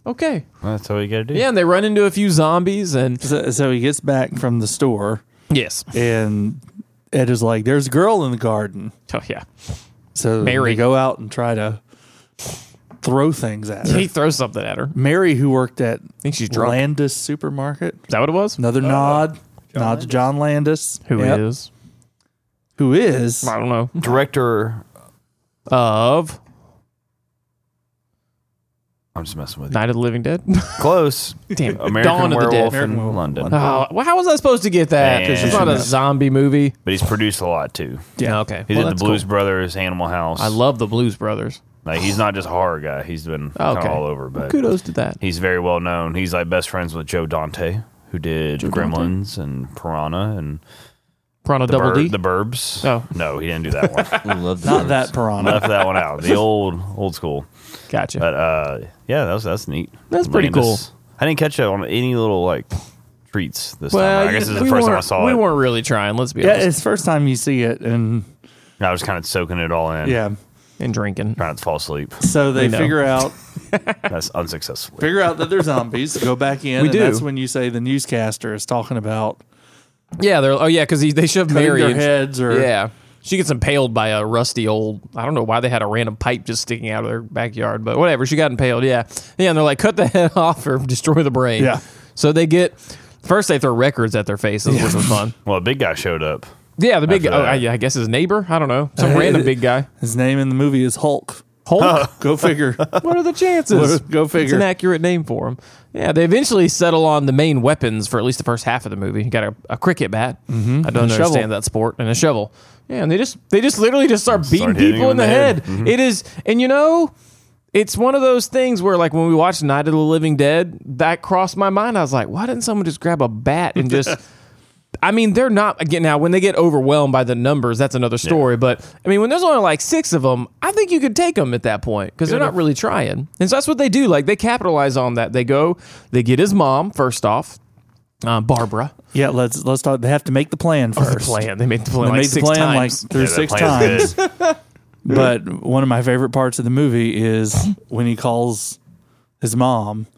[SPEAKER 2] okay,
[SPEAKER 1] That's all you got to do.
[SPEAKER 2] yeah. And they run into a few zombies, and
[SPEAKER 3] So, so he gets back from the store,
[SPEAKER 2] yes,
[SPEAKER 3] and Ed is like, "There's a girl in the garden."
[SPEAKER 2] oh yeah.
[SPEAKER 3] So
[SPEAKER 2] Mary.
[SPEAKER 3] they go out and try to throw things at her.
[SPEAKER 2] He throws something at her. I
[SPEAKER 3] Mary, who worked at
[SPEAKER 2] think she's drunk.
[SPEAKER 3] Landis Supermarket,
[SPEAKER 2] Is that what it was?
[SPEAKER 3] another nod, nod to John Landis,
[SPEAKER 2] Who
[SPEAKER 3] Yep.
[SPEAKER 2] is?
[SPEAKER 3] who is
[SPEAKER 2] I don't know.
[SPEAKER 1] Director,
[SPEAKER 2] Of
[SPEAKER 1] I'm just messing with you.
[SPEAKER 2] Night of the Living Dead.
[SPEAKER 1] Close.
[SPEAKER 2] Damn, it.
[SPEAKER 1] American
[SPEAKER 2] [laughs] Dawn of the Dead.
[SPEAKER 1] Werewolf in London.
[SPEAKER 2] Oh, well, how was I supposed to get that?
[SPEAKER 1] Yeah.
[SPEAKER 2] It's not a zombie movie.
[SPEAKER 1] But he's produced a lot too.
[SPEAKER 2] Yeah, okay.
[SPEAKER 1] He
[SPEAKER 2] Well,
[SPEAKER 1] did
[SPEAKER 2] that's
[SPEAKER 1] the Blues
[SPEAKER 2] cool.
[SPEAKER 1] Brothers, Animal House.
[SPEAKER 2] I love the Blues Brothers.
[SPEAKER 1] Like he's not just a horror guy. He's been
[SPEAKER 2] Oh,
[SPEAKER 1] kinda
[SPEAKER 2] okay,
[SPEAKER 1] all over. But
[SPEAKER 2] kudos to that.
[SPEAKER 1] He's very well known. He's like best friends with Joe Dante, who did Gremlins and Piranha and
[SPEAKER 2] Prano
[SPEAKER 1] the,
[SPEAKER 2] Double
[SPEAKER 1] Bur-
[SPEAKER 2] D.
[SPEAKER 1] the Burbs.
[SPEAKER 2] Oh.
[SPEAKER 1] no, he didn't do that one.
[SPEAKER 4] Love the
[SPEAKER 3] not
[SPEAKER 4] birds.
[SPEAKER 3] that piranha?
[SPEAKER 1] Left that one out. The old old school.
[SPEAKER 2] Gotcha.
[SPEAKER 1] But uh, yeah, that was that's neat.
[SPEAKER 2] That's pretty
[SPEAKER 1] cool. I didn't catch it on any little like treats this
[SPEAKER 2] well,
[SPEAKER 1] time. I guess
[SPEAKER 2] you-
[SPEAKER 1] this is
[SPEAKER 2] we
[SPEAKER 1] the first time I
[SPEAKER 2] weren't-
[SPEAKER 1] saw
[SPEAKER 2] We
[SPEAKER 1] it.
[SPEAKER 2] weren't really trying. Let's be
[SPEAKER 3] Yeah,
[SPEAKER 2] honest.
[SPEAKER 3] it's first time you see it, and
[SPEAKER 1] I was kind of soaking it all in.
[SPEAKER 3] yeah.
[SPEAKER 2] And drinking.
[SPEAKER 1] trying not to fall asleep.
[SPEAKER 3] So they
[SPEAKER 2] We know.
[SPEAKER 3] figure out
[SPEAKER 1] That's unsuccessful.
[SPEAKER 3] figure out that they're zombies. Go back in. [laughs]
[SPEAKER 2] We
[SPEAKER 3] and
[SPEAKER 2] do.
[SPEAKER 3] That's when you say the newscaster is talking about
[SPEAKER 2] Yeah, they're. Oh yeah, because they shoved
[SPEAKER 3] cutting
[SPEAKER 2] Mary.
[SPEAKER 3] their
[SPEAKER 2] in-
[SPEAKER 3] heads or
[SPEAKER 2] Yeah, she gets impaled by a rusty old. I don't know why they had a random pipe just sticking out of their backyard, but whatever. She got impaled. Yeah, yeah. And they're like, cut the [laughs] head off or destroy the brain.
[SPEAKER 3] Yeah.
[SPEAKER 2] So they get first they throw records at their faces, which was fun.
[SPEAKER 1] Well, a big guy showed up.
[SPEAKER 2] Yeah, the big.
[SPEAKER 1] After
[SPEAKER 2] Oh,
[SPEAKER 1] that.
[SPEAKER 2] I, I guess his neighbor. I don't know. Some
[SPEAKER 3] [laughs] Uh,
[SPEAKER 2] random big guy.
[SPEAKER 3] His name in the movie is Hulk.
[SPEAKER 2] Hulk.
[SPEAKER 3] Go figure.
[SPEAKER 2] what are the chances?
[SPEAKER 3] What- go
[SPEAKER 2] It's an
[SPEAKER 3] figure.
[SPEAKER 2] accurate name for him. Yeah, they eventually settle on the main weapons for at least the first half of the movie. You got a, a cricket bat. I don't
[SPEAKER 3] Mm-hmm. shovel.
[SPEAKER 2] understand that sport and a shovel. Yeah, and they just they just literally just start beating
[SPEAKER 1] hitting
[SPEAKER 2] people
[SPEAKER 1] them
[SPEAKER 2] in the head. It is, and you know. It's one of those things where, like, when we watched Night of the Living Dead, that crossed my mind. I was like, why didn't someone just grab a bat and just I mean, they're not again now when they get overwhelmed by the numbers. That's another story. But I mean, when there's only like six of them, I think you could take them at that point because they're not really trying. And so that's what they do. Like they capitalize on that. They go, they get his mom first off, uh, Barbara.
[SPEAKER 3] [laughs] Yeah, let's let's talk. They have to make the plan first.
[SPEAKER 2] Oh, The plan they made the plan
[SPEAKER 3] They
[SPEAKER 2] like
[SPEAKER 3] made the
[SPEAKER 2] six
[SPEAKER 3] plan
[SPEAKER 2] times.
[SPEAKER 3] like through
[SPEAKER 1] Yeah, that
[SPEAKER 3] six
[SPEAKER 1] plan's
[SPEAKER 3] times.
[SPEAKER 1] good.
[SPEAKER 3] [laughs] but one of my favorite parts of the movie is when he calls his mom,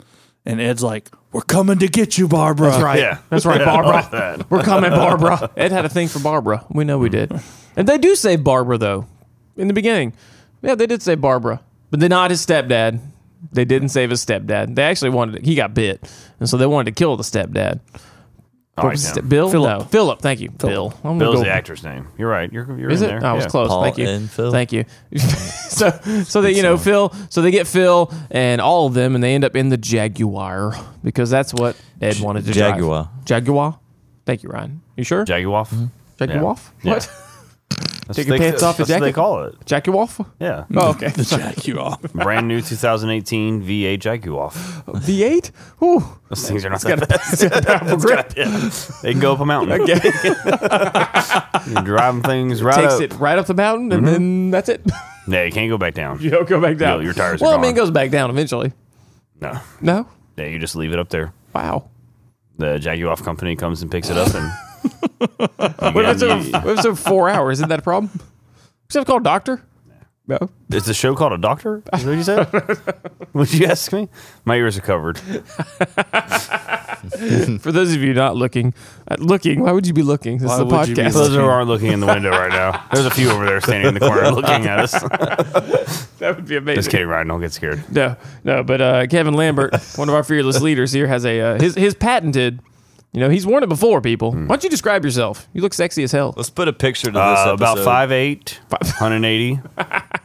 [SPEAKER 3] and Ed's like, "We're coming to get you, Barbara."
[SPEAKER 2] That's right.
[SPEAKER 1] Yeah.
[SPEAKER 2] That's right,
[SPEAKER 1] Yeah, I like
[SPEAKER 2] Barbara.
[SPEAKER 1] that.
[SPEAKER 2] We're coming, Barbara. [laughs] Ed had a thing for Barbara. We know we did. And they do save Barbara though, in the beginning. Yeah, they did save Barbara, but they're not his stepdad. They didn't save his stepdad. They actually wanted he got bit, and so they wanted to kill the stepdad.
[SPEAKER 1] I
[SPEAKER 2] What
[SPEAKER 1] like
[SPEAKER 2] was his
[SPEAKER 1] him.
[SPEAKER 2] ste- Bill?
[SPEAKER 3] Philip.
[SPEAKER 2] No, Philip. Thank you, Bill. I'm gonna
[SPEAKER 1] Bill's
[SPEAKER 2] go-
[SPEAKER 1] the actor's name. You're right. You're, you're
[SPEAKER 2] Is
[SPEAKER 1] in
[SPEAKER 2] it? Oh,
[SPEAKER 1] there.
[SPEAKER 2] I was
[SPEAKER 1] Yeah.
[SPEAKER 2] close.
[SPEAKER 4] Paul
[SPEAKER 2] Thank you.
[SPEAKER 4] and Phil.
[SPEAKER 2] Thank you. [laughs] so, so that you know, Phil. So they get Phil and all of them, and they end up in the Jaguar because that's what Ed wanted to drive.
[SPEAKER 4] Jaguar.
[SPEAKER 2] Jaguar. Thank you, Ryan. You sure?
[SPEAKER 1] Jaguar.
[SPEAKER 2] Jaguar?
[SPEAKER 1] Yeah.
[SPEAKER 2] What?
[SPEAKER 1] That's
[SPEAKER 2] Mm-hmm.
[SPEAKER 1] what
[SPEAKER 2] Take your
[SPEAKER 1] they-
[SPEAKER 2] pants off your
[SPEAKER 1] that's what They
[SPEAKER 2] jacket.
[SPEAKER 1] call it.
[SPEAKER 2] [laughs] Jaguar?
[SPEAKER 1] Yeah.
[SPEAKER 2] [laughs] Oh, okay.
[SPEAKER 3] The [laughs] jack you off.
[SPEAKER 1] Brand new 2018 VA Jaguar.
[SPEAKER 2] V8? Ooh.
[SPEAKER 1] Those things are not
[SPEAKER 2] Got
[SPEAKER 1] that
[SPEAKER 2] a,
[SPEAKER 1] bad.
[SPEAKER 2] [laughs] it's got a powerful grip.
[SPEAKER 1] Yeah. They can go up a
[SPEAKER 2] [laughs]
[SPEAKER 1] mountain. [laughs] You're driving things right
[SPEAKER 2] Takes
[SPEAKER 1] up.
[SPEAKER 2] it right up the mountain, and then that's it. [laughs]
[SPEAKER 1] Yeah, you can't go back down.
[SPEAKER 2] you don't mm-hmm. go back down.
[SPEAKER 1] No, your tires are
[SPEAKER 2] Well, I mean, it
[SPEAKER 1] gone.
[SPEAKER 2] goes back down eventually.
[SPEAKER 1] No.
[SPEAKER 2] No?
[SPEAKER 1] Yeah, you just leave it up there.
[SPEAKER 2] Wow.
[SPEAKER 1] The Jaguar company comes and picks it up and. [laughs]
[SPEAKER 2] What if, it's
[SPEAKER 1] Yeah,
[SPEAKER 2] over, [laughs] what if it's over four hours? Isn't that a problem? Except call a doctor? No.
[SPEAKER 1] Is the show called a doctor? Is what you said? [laughs] Would you ask me? My ears are
[SPEAKER 2] [laughs]
[SPEAKER 1] covered.
[SPEAKER 2] For those of you not looking, uh, looking, why would you be looking? This is a
[SPEAKER 3] would you be
[SPEAKER 2] podcast.
[SPEAKER 1] Those who aren't looking in the window right now. There's a few over there standing in the
[SPEAKER 2] [laughs]
[SPEAKER 1] corner looking at us.
[SPEAKER 2] that would be amazing.
[SPEAKER 1] Just kidding, Ryan. Don't get scared.
[SPEAKER 2] No, no, but uh, Kevin Lambert, one of our fearless leaders here, has a uh, his his patented. You know, he's worn it before, people.
[SPEAKER 1] Hmm.
[SPEAKER 2] Why don't you describe yourself? You look sexy as hell.
[SPEAKER 4] Let's put a picture to this
[SPEAKER 1] Uh,
[SPEAKER 4] episode.
[SPEAKER 1] about
[SPEAKER 2] [laughs]
[SPEAKER 1] 5'8", 180,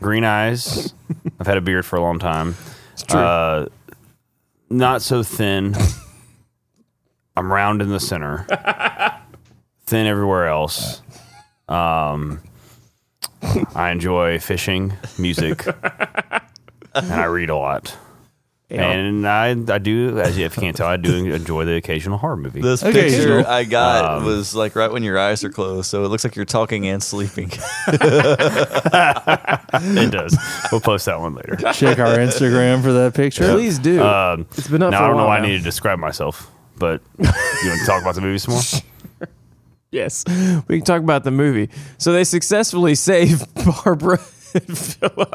[SPEAKER 1] green eyes. I've had a beard for a long time. It's
[SPEAKER 2] true.
[SPEAKER 1] Uh,
[SPEAKER 2] [laughs]
[SPEAKER 1] not so thin. I'm round in the center. thin everywhere else. Um, I enjoy fishing, music, and I read a lot. And I, I do, as if you can't tell, I do enjoy the occasional horror movie.
[SPEAKER 4] This
[SPEAKER 3] Okay,
[SPEAKER 4] picture
[SPEAKER 3] so-
[SPEAKER 4] I got
[SPEAKER 2] Um,
[SPEAKER 4] was like right when your eyes are closed, so it looks like you're talking and sleeping. [laughs]
[SPEAKER 1] it does. We'll post that one later.
[SPEAKER 3] Check our Instagram for that picture.
[SPEAKER 2] Please do.
[SPEAKER 1] Um,
[SPEAKER 2] it's been up.
[SPEAKER 1] now
[SPEAKER 2] for
[SPEAKER 1] I
[SPEAKER 2] a
[SPEAKER 1] don't know
[SPEAKER 2] while
[SPEAKER 1] why I
[SPEAKER 2] now.
[SPEAKER 1] need to describe myself, but you want to talk about the movie some
[SPEAKER 2] [laughs]
[SPEAKER 1] more?
[SPEAKER 2] Yes, we can talk about the movie. So they successfully save [laughs] Barbara and Philip,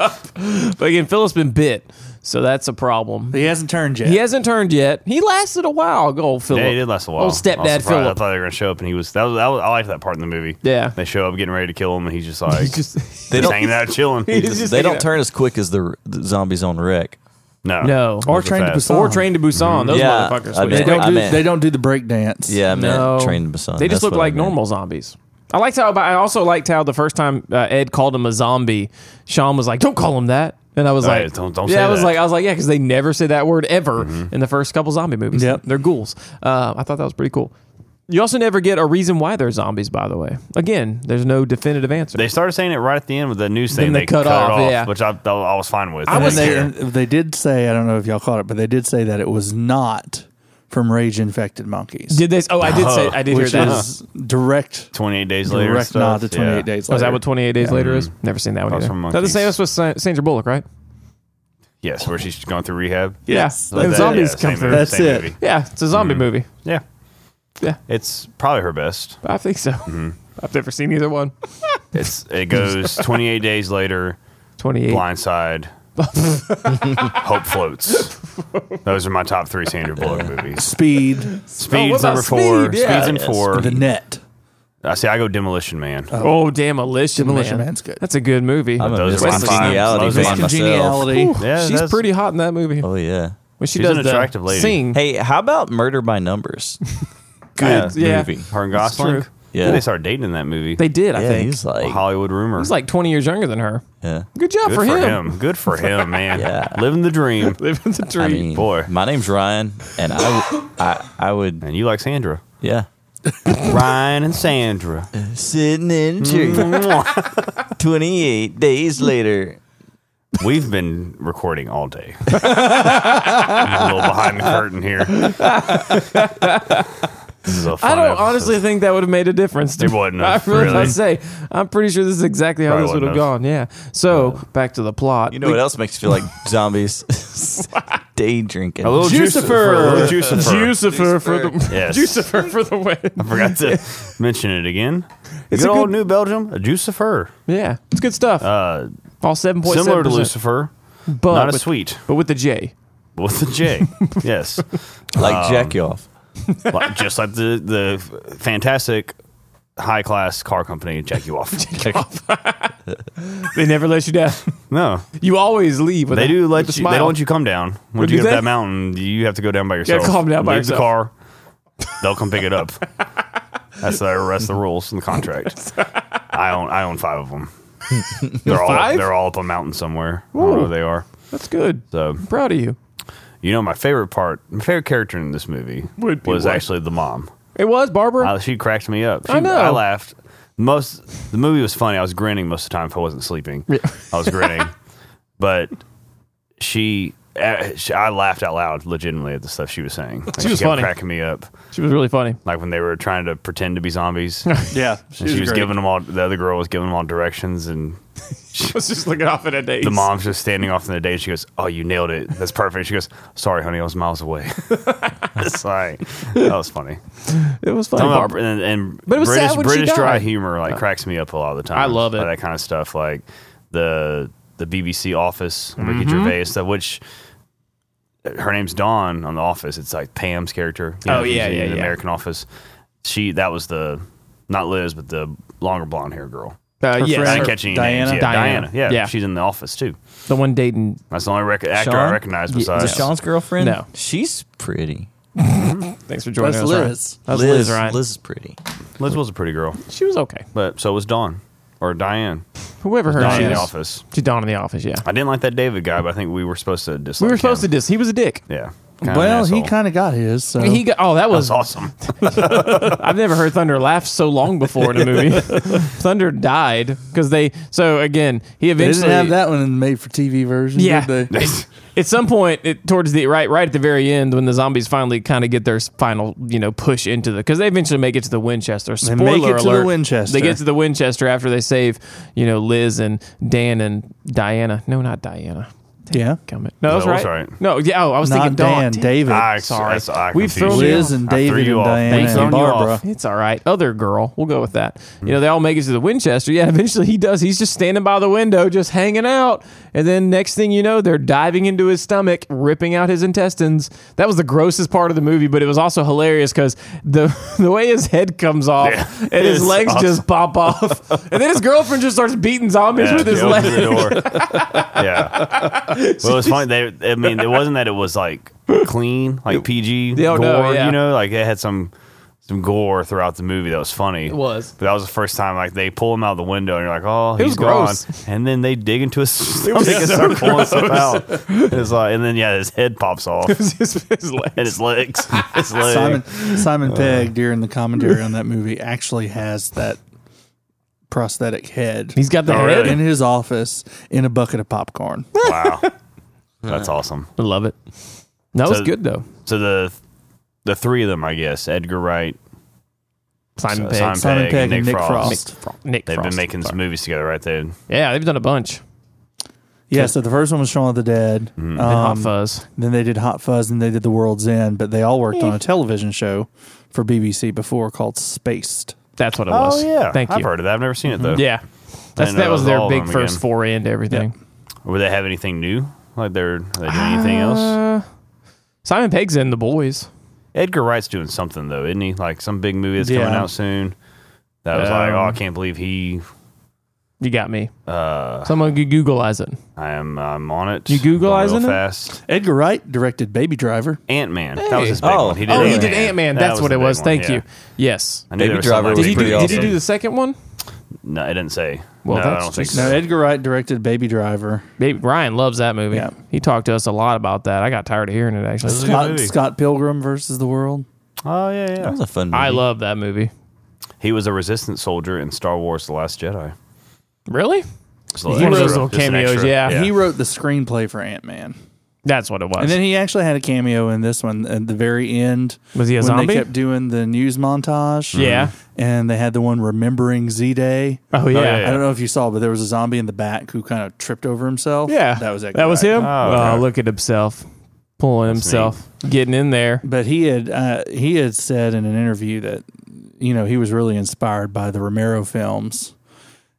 [SPEAKER 2] but again, Philip's been bit, so that's a problem.
[SPEAKER 3] He hasn't turned yet.
[SPEAKER 2] He hasn't turned yet. He lasted a while, old Philip.
[SPEAKER 1] Yeah, he did last a while. I
[SPEAKER 2] Old
[SPEAKER 1] was
[SPEAKER 2] stepdad
[SPEAKER 1] surprised. I
[SPEAKER 2] Philip.
[SPEAKER 1] thought they were gonna show up, and he was. That was. That was I liked that part in the movie.
[SPEAKER 2] Yeah.
[SPEAKER 1] they show up, getting ready to kill him, and he's
[SPEAKER 2] [laughs]
[SPEAKER 1] just like,
[SPEAKER 2] He's
[SPEAKER 1] just,
[SPEAKER 2] just
[SPEAKER 4] They don't
[SPEAKER 1] hanging
[SPEAKER 2] [laughs]
[SPEAKER 1] out, chilling.
[SPEAKER 2] He's just-
[SPEAKER 4] they don't turn as quick as the, the zombies on wreck.
[SPEAKER 1] no,
[SPEAKER 2] no.
[SPEAKER 3] Or
[SPEAKER 1] Those are
[SPEAKER 3] Train to
[SPEAKER 1] fast.
[SPEAKER 3] Busan.
[SPEAKER 2] Or Train to
[SPEAKER 1] Mm-hmm.
[SPEAKER 2] Busan. Those
[SPEAKER 4] Yeah, I
[SPEAKER 2] motherfuckers. switch
[SPEAKER 4] bet.
[SPEAKER 3] They
[SPEAKER 2] quick.
[SPEAKER 3] don't
[SPEAKER 4] I
[SPEAKER 3] do.
[SPEAKER 4] meant-
[SPEAKER 3] They don't do the break dance.
[SPEAKER 4] Yeah, I meant
[SPEAKER 2] No,
[SPEAKER 4] train Busan.
[SPEAKER 2] They
[SPEAKER 4] That's
[SPEAKER 2] just look
[SPEAKER 4] what I
[SPEAKER 2] like
[SPEAKER 4] meant.
[SPEAKER 2] normal zombies. I liked how, but I also liked how the first time uh, Ed called him a zombie, Sean was like, "Don't call him that," and I was
[SPEAKER 1] Oh,
[SPEAKER 2] like,
[SPEAKER 1] yeah, don't- don't
[SPEAKER 2] yeah."
[SPEAKER 1] say
[SPEAKER 2] I was
[SPEAKER 1] that. Mm-hmm.
[SPEAKER 2] like, I was like, yeah, because they never say that word ever in the first couple zombie movies.
[SPEAKER 3] Yep.
[SPEAKER 2] they're ghouls. Uh, I thought that was pretty cool. You also never get a reason why they're zombies. By the way, again, there's no definitive answer.
[SPEAKER 1] They started saying it right at the end with the news thing.
[SPEAKER 2] they cut
[SPEAKER 1] it
[SPEAKER 2] off, yeah.
[SPEAKER 1] which I, I was fine with.
[SPEAKER 3] I
[SPEAKER 1] didn't
[SPEAKER 3] was they,
[SPEAKER 1] care.
[SPEAKER 2] uh,
[SPEAKER 3] and they did say I don't know if y'all caught it, but they did say that it was not from rage infected monkeys.
[SPEAKER 2] did they? Oh, I did
[SPEAKER 1] [laughs]
[SPEAKER 2] say I did hear
[SPEAKER 3] which
[SPEAKER 2] that.
[SPEAKER 3] is direct
[SPEAKER 1] 28 days later.
[SPEAKER 3] direct
[SPEAKER 1] stuff.
[SPEAKER 3] nod to 28
[SPEAKER 1] Yeah.
[SPEAKER 3] days
[SPEAKER 2] Oh,
[SPEAKER 3] later.
[SPEAKER 2] is that what 28 Days Later is? Never seen that one
[SPEAKER 1] Thoughts
[SPEAKER 2] either.
[SPEAKER 1] from
[SPEAKER 2] Is that the
[SPEAKER 1] Monkeys.
[SPEAKER 2] same? That's with Sa- Sandra Bullock, right?
[SPEAKER 1] Yes, where she's going through rehab.
[SPEAKER 2] Yes.
[SPEAKER 1] That-
[SPEAKER 2] And zombies
[SPEAKER 1] yeah,
[SPEAKER 2] come
[SPEAKER 1] same- Mm-hmm.
[SPEAKER 2] through.
[SPEAKER 3] That's
[SPEAKER 1] same
[SPEAKER 3] it.
[SPEAKER 1] movie.
[SPEAKER 2] Yeah, it's a zombie movie.
[SPEAKER 1] Yeah,
[SPEAKER 2] Yeah.
[SPEAKER 1] It's probably her best.
[SPEAKER 2] I think so.
[SPEAKER 1] Mm-hmm.
[SPEAKER 2] [laughs] I've never seen either one.
[SPEAKER 1] It's it
[SPEAKER 2] [laughs]
[SPEAKER 1] goes 28 days later.
[SPEAKER 2] 28. [laughs]
[SPEAKER 1] Blindside. Hope floats. Those are my top three Sandra Bullock movies.
[SPEAKER 3] Speed,
[SPEAKER 2] Oh, what
[SPEAKER 1] Speed's
[SPEAKER 2] about
[SPEAKER 1] number four.
[SPEAKER 2] Speed? Yeah.
[SPEAKER 1] Speed's in four.
[SPEAKER 3] the net.
[SPEAKER 1] I see. I go Demolition Man.
[SPEAKER 2] Oh, Demolition,
[SPEAKER 3] Demolition
[SPEAKER 2] Man.
[SPEAKER 3] Man's good.
[SPEAKER 2] That's a good movie.
[SPEAKER 4] I'm a
[SPEAKER 1] Those are my
[SPEAKER 4] Miss
[SPEAKER 1] five.
[SPEAKER 4] Congeniality
[SPEAKER 1] Those
[SPEAKER 4] fan
[SPEAKER 1] are my-
[SPEAKER 4] myself.
[SPEAKER 3] Congeniality.
[SPEAKER 1] Yeah,
[SPEAKER 2] She's
[SPEAKER 1] that's-
[SPEAKER 2] pretty hot in that movie.
[SPEAKER 4] Oh yeah.
[SPEAKER 2] When she
[SPEAKER 1] She's
[SPEAKER 2] does
[SPEAKER 1] an
[SPEAKER 2] the
[SPEAKER 1] attractive lady.
[SPEAKER 2] Sing.
[SPEAKER 4] Hey, how about Murder by
[SPEAKER 2] [laughs]
[SPEAKER 4] Numbers? Good
[SPEAKER 2] Yeah.
[SPEAKER 4] movie.
[SPEAKER 1] Her and Gosling.
[SPEAKER 2] true.
[SPEAKER 4] Yeah.
[SPEAKER 1] Then they started dating in that movie.
[SPEAKER 2] They did, I
[SPEAKER 4] Yeah,
[SPEAKER 2] think.
[SPEAKER 1] uh,
[SPEAKER 4] he's like,
[SPEAKER 1] Hollywood rumor.
[SPEAKER 2] He's like 20 years younger than her.
[SPEAKER 4] yeah.
[SPEAKER 2] Good job
[SPEAKER 1] Good
[SPEAKER 2] for, him.
[SPEAKER 1] Good for him, man.
[SPEAKER 4] Yeah.
[SPEAKER 1] Living the dream.
[SPEAKER 2] [laughs] Living the dream.
[SPEAKER 4] I mean,
[SPEAKER 1] Boy.
[SPEAKER 4] my name's Ryan, and I,
[SPEAKER 2] [gasps]
[SPEAKER 4] w- I, I would,
[SPEAKER 1] And you like Sandra.
[SPEAKER 4] yeah,
[SPEAKER 1] Ryan and Sandra.
[SPEAKER 4] sitting in a tree.
[SPEAKER 2] Mm.
[SPEAKER 1] Mwah.
[SPEAKER 2] [laughs]
[SPEAKER 4] Twenty-eight days later,
[SPEAKER 1] We've been recording all
[SPEAKER 2] [laughs]
[SPEAKER 1] day. a little behind the curtain here. this is a fun
[SPEAKER 2] I don't
[SPEAKER 1] episode.
[SPEAKER 2] honestly think that would have made a difference. to
[SPEAKER 1] It
[SPEAKER 2] me.
[SPEAKER 1] wouldn't
[SPEAKER 2] [laughs] I
[SPEAKER 1] have,
[SPEAKER 2] really,
[SPEAKER 1] really.
[SPEAKER 2] I say, I'm pretty sure this is exactly how
[SPEAKER 1] Probably
[SPEAKER 2] this would have
[SPEAKER 1] wouldn't have.
[SPEAKER 2] gone. Yeah. So back to the plot.
[SPEAKER 4] you know what else makes you
[SPEAKER 2] [laughs]
[SPEAKER 4] feel like zombies? Day drinking.
[SPEAKER 1] A little Jucifer. A little Jucifer.
[SPEAKER 2] Jucifer for the
[SPEAKER 1] Yes.
[SPEAKER 2] [laughs] Jucifer for
[SPEAKER 1] [laughs]
[SPEAKER 2] the win.
[SPEAKER 1] Forgot to mention it again.
[SPEAKER 2] It's
[SPEAKER 1] good
[SPEAKER 2] a
[SPEAKER 1] old
[SPEAKER 2] good-
[SPEAKER 1] New Belgium, a Jucifer.
[SPEAKER 2] Yeah, it's good stuff.
[SPEAKER 1] Uh,
[SPEAKER 2] All seven point
[SPEAKER 1] similar
[SPEAKER 2] seven
[SPEAKER 1] to
[SPEAKER 2] percent,
[SPEAKER 1] Lucifer,
[SPEAKER 2] but
[SPEAKER 1] not a
[SPEAKER 2] Oh, with,
[SPEAKER 1] sweet,
[SPEAKER 2] but with the J.
[SPEAKER 1] with a J.
[SPEAKER 2] [laughs]
[SPEAKER 1] yes.
[SPEAKER 4] like jack you off.
[SPEAKER 1] Like- just like the, the fantastic high class car company, Jack You
[SPEAKER 2] [laughs]
[SPEAKER 1] Off.
[SPEAKER 2] They never let you down. [laughs]
[SPEAKER 1] no.
[SPEAKER 2] You always leave. With
[SPEAKER 1] They
[SPEAKER 2] a,
[SPEAKER 1] do let
[SPEAKER 2] with a
[SPEAKER 1] you.
[SPEAKER 2] Smile.
[SPEAKER 1] They don't let you come down. Once
[SPEAKER 2] do
[SPEAKER 1] you get
[SPEAKER 2] they?
[SPEAKER 1] up that mountain, you have to go down by yourself.
[SPEAKER 2] calm down by
[SPEAKER 1] Leave
[SPEAKER 2] yourself.
[SPEAKER 1] the car. They'll come pick it up. That's the rest of the rules in the contract. I own I own five of
[SPEAKER 2] [laughs]
[SPEAKER 1] them. They're all
[SPEAKER 2] Five?
[SPEAKER 1] they're all up a mountain somewhere. I don't know where they are.
[SPEAKER 2] That's good.
[SPEAKER 1] So
[SPEAKER 2] I'm proud of you.
[SPEAKER 1] you know my favorite part, my favorite character in this movie
[SPEAKER 2] Would be
[SPEAKER 1] was
[SPEAKER 2] what?
[SPEAKER 1] actually the mom.
[SPEAKER 2] It was Barbara.
[SPEAKER 1] I, Uh, she cracked me up. She,
[SPEAKER 2] I know.
[SPEAKER 1] I laughed. Most the movie was funny. I was grinning most of the time if I wasn't sleeping. I was grinning, but she, eh, she, I laughed out loud legitimately at the stuff she was saying. Like,
[SPEAKER 2] was
[SPEAKER 1] kept
[SPEAKER 2] funny.
[SPEAKER 1] cracking me up.
[SPEAKER 2] she was really funny.
[SPEAKER 1] Like when they were trying to pretend to be
[SPEAKER 2] [laughs]
[SPEAKER 1] zombies, and
[SPEAKER 3] Yeah,
[SPEAKER 1] she was giving them all. The other girl was giving them all directions, and
[SPEAKER 2] She was just looking off at a date.
[SPEAKER 1] the mom's just standing off in the day. She goes, "Oh, you nailed it. That's perfect." She goes, "Sorry, honey, I was miles away." [laughs] it's like that was funny.
[SPEAKER 2] It was funny. Uh,
[SPEAKER 1] Some of-
[SPEAKER 2] Barbara.
[SPEAKER 1] and, and
[SPEAKER 2] But it was sad
[SPEAKER 1] British,
[SPEAKER 2] when she
[SPEAKER 1] British dry
[SPEAKER 2] died.
[SPEAKER 1] humor like cracks me up a lot of the time.
[SPEAKER 2] I love it.
[SPEAKER 1] Like, that kind of stuff, like the the BBC Office, Ricky
[SPEAKER 2] Mm-hmm.
[SPEAKER 1] Gervais, that which her name's Dawn on the Office. It's like Pam's character. you
[SPEAKER 2] Oh, yeah,
[SPEAKER 1] she's in
[SPEAKER 2] yeah,
[SPEAKER 1] the
[SPEAKER 2] yeah.
[SPEAKER 1] American Office. She that was the not Liz, but the longer blonde hair girl. I
[SPEAKER 2] Uh, yes,
[SPEAKER 3] friend.
[SPEAKER 1] didn't
[SPEAKER 3] Her-
[SPEAKER 1] catch any
[SPEAKER 3] Diana?
[SPEAKER 1] names. Yeah,
[SPEAKER 2] Diana.
[SPEAKER 1] Diana. Yeah,
[SPEAKER 2] Yeah.
[SPEAKER 1] she's in the Office too.
[SPEAKER 2] the one dating.
[SPEAKER 1] That's the only rec- actor I
[SPEAKER 4] Sean?
[SPEAKER 1] recognize
[SPEAKER 2] Yeah,
[SPEAKER 1] besides
[SPEAKER 4] Is it Sean's girlfriend?
[SPEAKER 2] No.
[SPEAKER 4] she's pretty.
[SPEAKER 2] Thanks for joining
[SPEAKER 3] That's
[SPEAKER 2] us. Ryan.
[SPEAKER 3] Liz.
[SPEAKER 2] That's Liz, right?
[SPEAKER 4] Liz is pretty.
[SPEAKER 1] Liz was a pretty girl,
[SPEAKER 2] She was okay.
[SPEAKER 1] but so was Dawn or Diane.
[SPEAKER 2] Whoever her
[SPEAKER 1] Dawn
[SPEAKER 2] name
[SPEAKER 1] in the
[SPEAKER 2] is.
[SPEAKER 1] Office.
[SPEAKER 2] She Dawn in the office. Yeah.
[SPEAKER 1] I didn't like that David guy, but I think we were supposed to dislike
[SPEAKER 2] We were supposed to
[SPEAKER 1] him.
[SPEAKER 2] dis. He was a dick.
[SPEAKER 1] Yeah. Kinda an
[SPEAKER 3] well, he
[SPEAKER 1] asshole.
[SPEAKER 3] kind of got his. So
[SPEAKER 2] He got, oh, that was
[SPEAKER 1] That's awesome. [laughs]
[SPEAKER 2] I've never heard Thunder laugh so long before in
[SPEAKER 1] [laughs]
[SPEAKER 2] a movie. Thunder died because they. So again, he
[SPEAKER 3] they
[SPEAKER 2] eventually
[SPEAKER 3] didn't have that one in the made for TV version.
[SPEAKER 2] Yeah. [laughs]
[SPEAKER 3] Did they?
[SPEAKER 2] At some point, it, towards the right, right at the very end, when the zombies finally kind of get their s- final, you know, push into the because they eventually make it to the Winchester. Spoiler
[SPEAKER 3] make it to the
[SPEAKER 2] alert,
[SPEAKER 3] Winchester.
[SPEAKER 2] They get to the Winchester after they save, you know, Liz and Dan and Diana. No, not Diana.
[SPEAKER 3] Yeah.
[SPEAKER 2] Comment. No, that's
[SPEAKER 1] No,
[SPEAKER 2] right.
[SPEAKER 1] that's right.
[SPEAKER 2] No, yeah. Oh, I was
[SPEAKER 3] Not
[SPEAKER 2] thinking
[SPEAKER 3] Dan,
[SPEAKER 2] Dawn.
[SPEAKER 3] David.
[SPEAKER 1] I,
[SPEAKER 2] Sorry.
[SPEAKER 1] sorry. I, I
[SPEAKER 2] We've
[SPEAKER 1] confused
[SPEAKER 2] thrown
[SPEAKER 1] you.
[SPEAKER 3] Liz and
[SPEAKER 1] I threw
[SPEAKER 3] David
[SPEAKER 1] you
[SPEAKER 3] and
[SPEAKER 1] off.
[SPEAKER 3] Diana
[SPEAKER 1] Thanks,
[SPEAKER 3] and
[SPEAKER 1] thrown you off.
[SPEAKER 3] Barbara.
[SPEAKER 2] It's all right. Other girl. We'll go with that.
[SPEAKER 1] Hmm.
[SPEAKER 2] You know, they all make it to the Winchester. [laughs] Yeah, eventually he does. He's just standing by the window, just hanging out. And then next thing you know, they're diving into his stomach, ripping out his intestines. That was the grossest part of the movie, but it was also hilarious because the [laughs] the way his head comes off
[SPEAKER 1] Yeah.
[SPEAKER 2] [laughs] and his
[SPEAKER 1] It's
[SPEAKER 2] legs just pop off.
[SPEAKER 1] [laughs]
[SPEAKER 2] and then his girlfriend just starts beating zombies
[SPEAKER 1] Yeah,
[SPEAKER 2] with his
[SPEAKER 1] she opens the
[SPEAKER 2] legs. [laughs]
[SPEAKER 1] door. yeah. Well, it's funny. They, I mean, it wasn't that it was like clean, like PG
[SPEAKER 2] Yeah, oh,
[SPEAKER 1] gore.
[SPEAKER 2] no, yeah.
[SPEAKER 1] You know, like it had some some gore throughout the movie that was funny. It
[SPEAKER 2] was.
[SPEAKER 1] but that was the first time like they pull him out of the window and you're like, oh, he's
[SPEAKER 2] was
[SPEAKER 1] gone.
[SPEAKER 2] gross.
[SPEAKER 1] And then they dig into his stomach and start pulling stuff out. It's like, and then yeah, his head pops off and
[SPEAKER 2] his, his legs.
[SPEAKER 1] his
[SPEAKER 2] [laughs]
[SPEAKER 1] legs, his leg.
[SPEAKER 3] Simon
[SPEAKER 1] Uh.
[SPEAKER 3] Simon Pegg during the commentary on that movie actually has that prosthetic head.
[SPEAKER 2] He's got the
[SPEAKER 1] Oh,
[SPEAKER 2] head.
[SPEAKER 1] really?
[SPEAKER 3] in his office in a bucket of popcorn.
[SPEAKER 1] Wow, that's awesome.
[SPEAKER 2] I love it. That was
[SPEAKER 1] So-
[SPEAKER 2] good though.
[SPEAKER 1] So the the three of them, I guess, Edgar Wright,
[SPEAKER 2] Simon
[SPEAKER 1] uh,
[SPEAKER 2] Pegg,
[SPEAKER 1] Simon,
[SPEAKER 3] Simon
[SPEAKER 1] Pegg,
[SPEAKER 3] Pegg
[SPEAKER 1] and Nick, Frost.
[SPEAKER 2] Nick
[SPEAKER 1] They've
[SPEAKER 2] Frost.
[SPEAKER 1] been making some movies together, right? They
[SPEAKER 2] Yeah, they've done a bunch.
[SPEAKER 3] Yeah, so the first one was Shaun of the Dead.
[SPEAKER 2] Then Mm. Hot
[SPEAKER 3] Um,
[SPEAKER 2] Fuzz.
[SPEAKER 3] Then they did Hot Fuzz and they did The World's End, but they all worked on a television show for BBC before called Spaced.
[SPEAKER 2] That's what it was. Thank you.
[SPEAKER 1] Oh, I've heard of that. I've never seen it though.
[SPEAKER 2] Yeah. That's,
[SPEAKER 1] know
[SPEAKER 2] that
[SPEAKER 1] that
[SPEAKER 2] was
[SPEAKER 1] was
[SPEAKER 2] their
[SPEAKER 1] all of
[SPEAKER 2] big
[SPEAKER 1] them
[SPEAKER 2] first
[SPEAKER 1] again.
[SPEAKER 2] foray into everything.
[SPEAKER 1] Would they have anything new? Like they're are they doing anything
[SPEAKER 2] Uh,
[SPEAKER 1] else?
[SPEAKER 2] Simon Pegg's in The Boys.
[SPEAKER 1] Edgar Wright's doing something though, isn't he? Like some big movie that's coming
[SPEAKER 3] Yeah.
[SPEAKER 1] out soon. That was like,
[SPEAKER 2] Um,
[SPEAKER 1] oh, I can't believe he. uh,
[SPEAKER 2] You got me. Someone could Googleize it.
[SPEAKER 1] I am. I'm on it.
[SPEAKER 2] You Googleizing
[SPEAKER 1] Going
[SPEAKER 2] it?
[SPEAKER 1] real fast.
[SPEAKER 3] Edgar Wright directed Baby Driver.
[SPEAKER 1] Ant Man. That was his big
[SPEAKER 4] Oh.
[SPEAKER 1] one. He did
[SPEAKER 2] Oh, he
[SPEAKER 1] Ant-Man.
[SPEAKER 2] did Ant Man.
[SPEAKER 1] That
[SPEAKER 2] That's
[SPEAKER 1] was
[SPEAKER 2] what
[SPEAKER 1] the
[SPEAKER 2] it
[SPEAKER 1] big
[SPEAKER 2] was.
[SPEAKER 1] one,
[SPEAKER 2] Thank
[SPEAKER 1] yeah.
[SPEAKER 2] you. Yes.
[SPEAKER 1] I knew
[SPEAKER 4] Baby
[SPEAKER 1] there was
[SPEAKER 4] Driver
[SPEAKER 1] something
[SPEAKER 4] was
[SPEAKER 2] Did
[SPEAKER 1] like
[SPEAKER 2] he, do,
[SPEAKER 1] that.
[SPEAKER 4] pretty
[SPEAKER 2] did he do the second one?
[SPEAKER 1] No, it didn't say.
[SPEAKER 2] Well,
[SPEAKER 1] no,
[SPEAKER 2] that's
[SPEAKER 1] I don't think
[SPEAKER 2] just-
[SPEAKER 1] so.
[SPEAKER 2] [laughs]
[SPEAKER 3] No, Edgar Wright directed Baby Driver.
[SPEAKER 2] Baby, Ryan loves that movie.
[SPEAKER 3] Yeah.
[SPEAKER 2] He talked to us a lot about that. I got tired of hearing it actually.
[SPEAKER 1] good
[SPEAKER 3] Scott,
[SPEAKER 1] movie.
[SPEAKER 3] Scott Pilgrim versus the World.
[SPEAKER 1] Oh yeah,
[SPEAKER 4] That
[SPEAKER 1] yeah.
[SPEAKER 4] was a fun movie.
[SPEAKER 2] I love that movie.
[SPEAKER 1] He was a resistance soldier in Star Wars: The Last Jedi.
[SPEAKER 2] Really?
[SPEAKER 1] Just a little
[SPEAKER 2] He was
[SPEAKER 1] extra,
[SPEAKER 2] those little
[SPEAKER 1] just an
[SPEAKER 2] cameos,
[SPEAKER 1] extra.
[SPEAKER 2] yeah.
[SPEAKER 3] He wrote the screenplay for Ant Man.
[SPEAKER 2] That's what it was.
[SPEAKER 3] And then he actually had a cameo in this one at the very end.
[SPEAKER 2] Was he a
[SPEAKER 3] when
[SPEAKER 2] zombie?
[SPEAKER 3] They kept doing the news montage.
[SPEAKER 1] Mm-hmm.
[SPEAKER 2] Yeah.
[SPEAKER 3] And they had the one remembering Z Day.
[SPEAKER 2] oh, yeah.
[SPEAKER 1] yeah,
[SPEAKER 3] I don't know if you saw, but there was a zombie in the back who kind of tripped over himself.
[SPEAKER 2] Yeah,
[SPEAKER 3] that was Edgar
[SPEAKER 2] That was
[SPEAKER 3] Wright.
[SPEAKER 2] him.
[SPEAKER 1] Oh,
[SPEAKER 2] Oh,
[SPEAKER 1] okay.
[SPEAKER 2] look at himself, pulling himself, getting in there.
[SPEAKER 3] But he had uh, he had said in an interview that you know he was really inspired by the Romero films,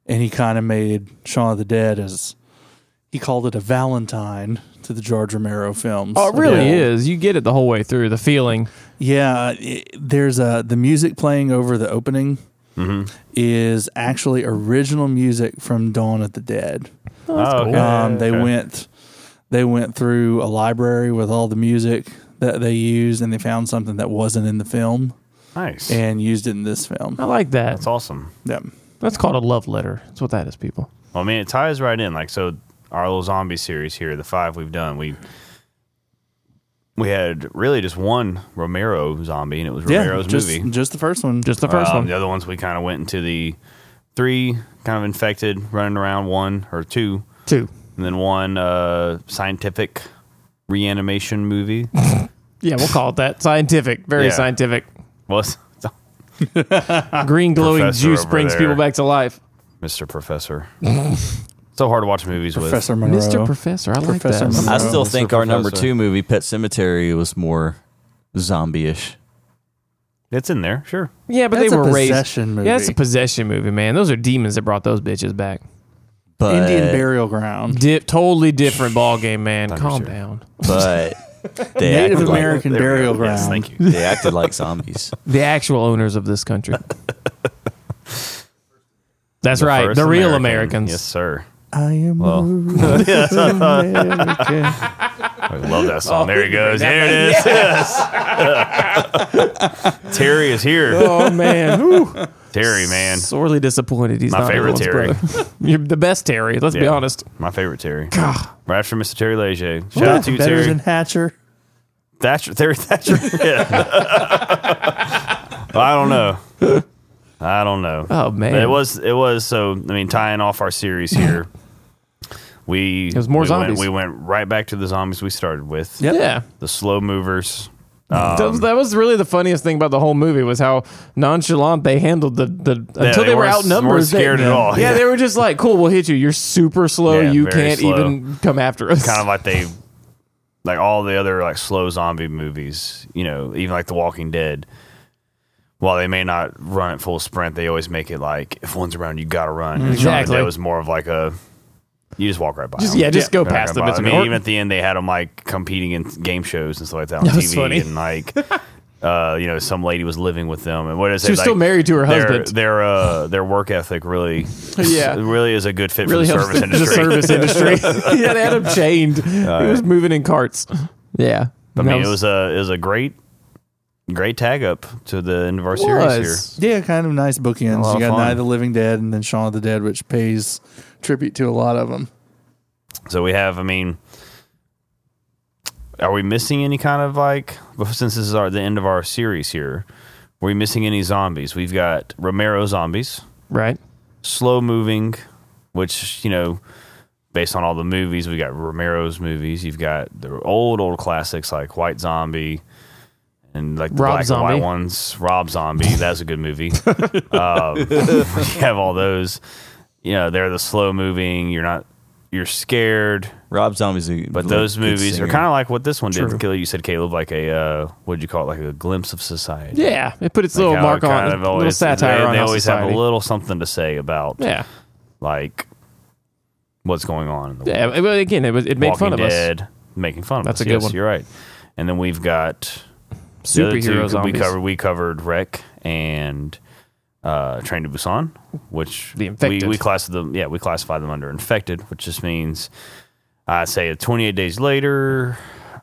[SPEAKER 3] and he kind of made Shaun of the Dead as he called it a Valentine to the George Romero films.
[SPEAKER 2] Oh, it really
[SPEAKER 3] Yeah.
[SPEAKER 2] is. You get it the whole way through. The feeling.
[SPEAKER 3] Yeah, it- there's a the music playing over the opening
[SPEAKER 2] Mm-hmm.
[SPEAKER 3] is actually original music from Dawn of the Dead.
[SPEAKER 1] Oh, okay.
[SPEAKER 3] Um, they went they went through a library with all the music that they used, and they found something that wasn't in the film
[SPEAKER 1] Nice.
[SPEAKER 3] and used it in this film.
[SPEAKER 2] I like that.
[SPEAKER 1] That's awesome.
[SPEAKER 3] Yeah.
[SPEAKER 2] That's called a love letter. That's what that is, people.
[SPEAKER 1] Well, I mean, it ties right in. Like, so our little zombie series here, the five we've done, we we had really just one Romero zombie, and it was Romero's
[SPEAKER 3] yeah, just,
[SPEAKER 1] movie.
[SPEAKER 3] just the first one. Uh,
[SPEAKER 2] Just the first
[SPEAKER 1] Um,
[SPEAKER 2] one.
[SPEAKER 1] The other ones we kind of went into the three kind of infected, running around one or two,
[SPEAKER 2] Two.
[SPEAKER 1] and then one uh, scientific reanimation movie.
[SPEAKER 2] [laughs] Yeah, we'll call it that. Scientific. Very
[SPEAKER 1] Yeah.
[SPEAKER 2] scientific.
[SPEAKER 1] Was
[SPEAKER 2] Green glowing
[SPEAKER 1] Professor
[SPEAKER 2] juice
[SPEAKER 1] over
[SPEAKER 2] brings
[SPEAKER 1] there.
[SPEAKER 2] people back to
[SPEAKER 3] [laughs]
[SPEAKER 2] life.
[SPEAKER 1] Mr. Professor. so hard to watch movies
[SPEAKER 3] Professor Monroe.
[SPEAKER 2] Mr. Professor. I like
[SPEAKER 3] Professor
[SPEAKER 2] that.
[SPEAKER 3] Monroe.
[SPEAKER 4] I still think our number
[SPEAKER 1] Professor.
[SPEAKER 4] two movie, Pet Cemetery, was more zombie-ish.
[SPEAKER 1] with. It's in there, sure.
[SPEAKER 2] Yeah, but
[SPEAKER 3] That's
[SPEAKER 2] they
[SPEAKER 3] a
[SPEAKER 2] were raised.
[SPEAKER 3] possession movie.
[SPEAKER 2] Yeah, that's a possession movie, man. Those are demons that brought those bitches back.
[SPEAKER 4] But
[SPEAKER 3] Indian Burial Ground.
[SPEAKER 2] Dip, totally different ball game, man. Calm
[SPEAKER 1] Understood.
[SPEAKER 2] down.
[SPEAKER 4] but they
[SPEAKER 3] Native
[SPEAKER 4] acted
[SPEAKER 3] American
[SPEAKER 1] There we go.
[SPEAKER 3] Burial Ground.
[SPEAKER 1] Yes, thank you.
[SPEAKER 4] Like, they acted like zombies.
[SPEAKER 2] the actual owners of this
[SPEAKER 1] [laughs]
[SPEAKER 2] country. That's
[SPEAKER 1] The
[SPEAKER 2] right,
[SPEAKER 1] first
[SPEAKER 2] the real
[SPEAKER 1] American.
[SPEAKER 2] Americans.
[SPEAKER 1] Yes, sir.
[SPEAKER 3] I am
[SPEAKER 1] Well.
[SPEAKER 3] American.
[SPEAKER 1] I love that
[SPEAKER 3] [laughs] Oh,
[SPEAKER 1] song. there he goes. There it is. Yes. [laughs] Terry is here. [laughs]
[SPEAKER 2] Oh man, Whew.
[SPEAKER 1] Terry, man.
[SPEAKER 2] sorely disappointed. He's
[SPEAKER 1] My
[SPEAKER 2] not
[SPEAKER 1] favorite [laughs]
[SPEAKER 2] everyone's brother. You're the best Terry. Let's be
[SPEAKER 1] Yeah.
[SPEAKER 2] honest.
[SPEAKER 1] My favorite Terry. Right after Mr. Terry Leger. Shout out to you,
[SPEAKER 3] Better
[SPEAKER 1] Terry.
[SPEAKER 3] than Hatcher.
[SPEAKER 1] Thatcher, Terry Thatcher. [laughs] Yeah. I don't know. I don't know.
[SPEAKER 2] Oh, man.
[SPEAKER 1] But it was it was so. I mean, tying off our series
[SPEAKER 2] [laughs]
[SPEAKER 1] here, we it
[SPEAKER 2] was more
[SPEAKER 1] we
[SPEAKER 2] zombies.
[SPEAKER 1] Went, we went right back to the zombies we started with.
[SPEAKER 2] Yeah.
[SPEAKER 1] The slow movers.
[SPEAKER 2] that,
[SPEAKER 1] Um,
[SPEAKER 2] was, that was really the funniest thing about the whole movie was how nonchalant they handled the, the until
[SPEAKER 1] they
[SPEAKER 2] they, were
[SPEAKER 1] weren't-
[SPEAKER 2] outnumbered.
[SPEAKER 1] weren't scared
[SPEAKER 2] they,
[SPEAKER 1] at all,
[SPEAKER 2] Yeah,
[SPEAKER 1] yeah.
[SPEAKER 2] they were just like, "Cool, we'll hit you. You're super slow.
[SPEAKER 1] Yeah,
[SPEAKER 2] you
[SPEAKER 1] very
[SPEAKER 2] can't
[SPEAKER 1] slow.
[SPEAKER 2] even come after us."
[SPEAKER 1] kind of like they like all the other like slow zombie movies you know even like the walking dead while they may not run at full sprint they always make it like if one's around you gotta run and
[SPEAKER 2] Exactly.
[SPEAKER 1] it was more of like a you just walk right by
[SPEAKER 2] [laughs] Just-
[SPEAKER 1] them.
[SPEAKER 2] yeah, just go
[SPEAKER 1] You're not
[SPEAKER 2] past
[SPEAKER 1] gonna bother.
[SPEAKER 2] them. It's
[SPEAKER 1] i mean
[SPEAKER 2] important.
[SPEAKER 1] even at the end they had them like competing in game shows and stuff like that on
[SPEAKER 2] [laughs] That
[SPEAKER 1] tv
[SPEAKER 2] was funny.
[SPEAKER 1] and
[SPEAKER 2] [laughs]
[SPEAKER 1] like uh you know some lady was living with them and what is
[SPEAKER 2] She was still married to her husband.
[SPEAKER 1] their uh their work ethic really
[SPEAKER 2] [laughs]
[SPEAKER 1] [laughs]
[SPEAKER 2] Yeah.
[SPEAKER 1] really is a good fit
[SPEAKER 2] really
[SPEAKER 1] for the
[SPEAKER 2] helps
[SPEAKER 1] service
[SPEAKER 2] the
[SPEAKER 1] industry [laughs] Oh,
[SPEAKER 2] service industry. [laughs] yeah, they had him chained. he was moving in carts. Yeah,
[SPEAKER 1] I mean, it was a it was a great great tag up to the end of our series here.
[SPEAKER 3] Yeah, kind of nice
[SPEAKER 1] A lot
[SPEAKER 3] bookends. You
[SPEAKER 1] of
[SPEAKER 3] got
[SPEAKER 1] fun.
[SPEAKER 3] Night of the Living Dead and then Shaun of the Dead, which pays tribute to a lot of them.
[SPEAKER 1] So we have, I mean, are we missing any kind of like [laughs] well, since this is our the end of our series here? Are we missing any zombies? We've got Romero zombies,
[SPEAKER 2] right.
[SPEAKER 1] slow moving, which you know, based on all the movies, we got Romero's movies. You've got the old old classics like White Zombie. And like the
[SPEAKER 2] Rob
[SPEAKER 1] black and
[SPEAKER 2] Zombie.
[SPEAKER 1] white ones, Rob Zombie. That's a good
[SPEAKER 2] [laughs]
[SPEAKER 1] movie. Um, [laughs] we have all those. You know, they're the slow moving. You're not. You're scared.
[SPEAKER 4] Rob Zombie's a
[SPEAKER 1] But those movies are kind of like what this one did. Killer, you said Caleb, like a uh, what'd you call it? Like a glimpse of society.
[SPEAKER 2] Yeah, it put its little
[SPEAKER 1] Like how
[SPEAKER 2] mark
[SPEAKER 1] it kind
[SPEAKER 2] on,
[SPEAKER 1] of
[SPEAKER 2] a little
[SPEAKER 1] always-
[SPEAKER 2] satire
[SPEAKER 1] They,
[SPEAKER 2] on
[SPEAKER 1] they
[SPEAKER 2] our
[SPEAKER 1] always
[SPEAKER 2] society.
[SPEAKER 1] have a little something to say about
[SPEAKER 2] yeah,
[SPEAKER 1] like what's going on in the world.
[SPEAKER 2] yeah. it- well, again, it was it made
[SPEAKER 1] Walking
[SPEAKER 2] fun of us.
[SPEAKER 1] Dead, making fun of
[SPEAKER 2] That's
[SPEAKER 1] us.
[SPEAKER 2] a good
[SPEAKER 1] yes,
[SPEAKER 2] one.
[SPEAKER 1] You're right. And then we've got the other two
[SPEAKER 2] Superhero zombies.
[SPEAKER 1] We covered we covered Wreck and uh, Train to Busan, which
[SPEAKER 2] The infected.
[SPEAKER 1] we we class them. Yeah, we classify them under infected, which just means I say 28 days later.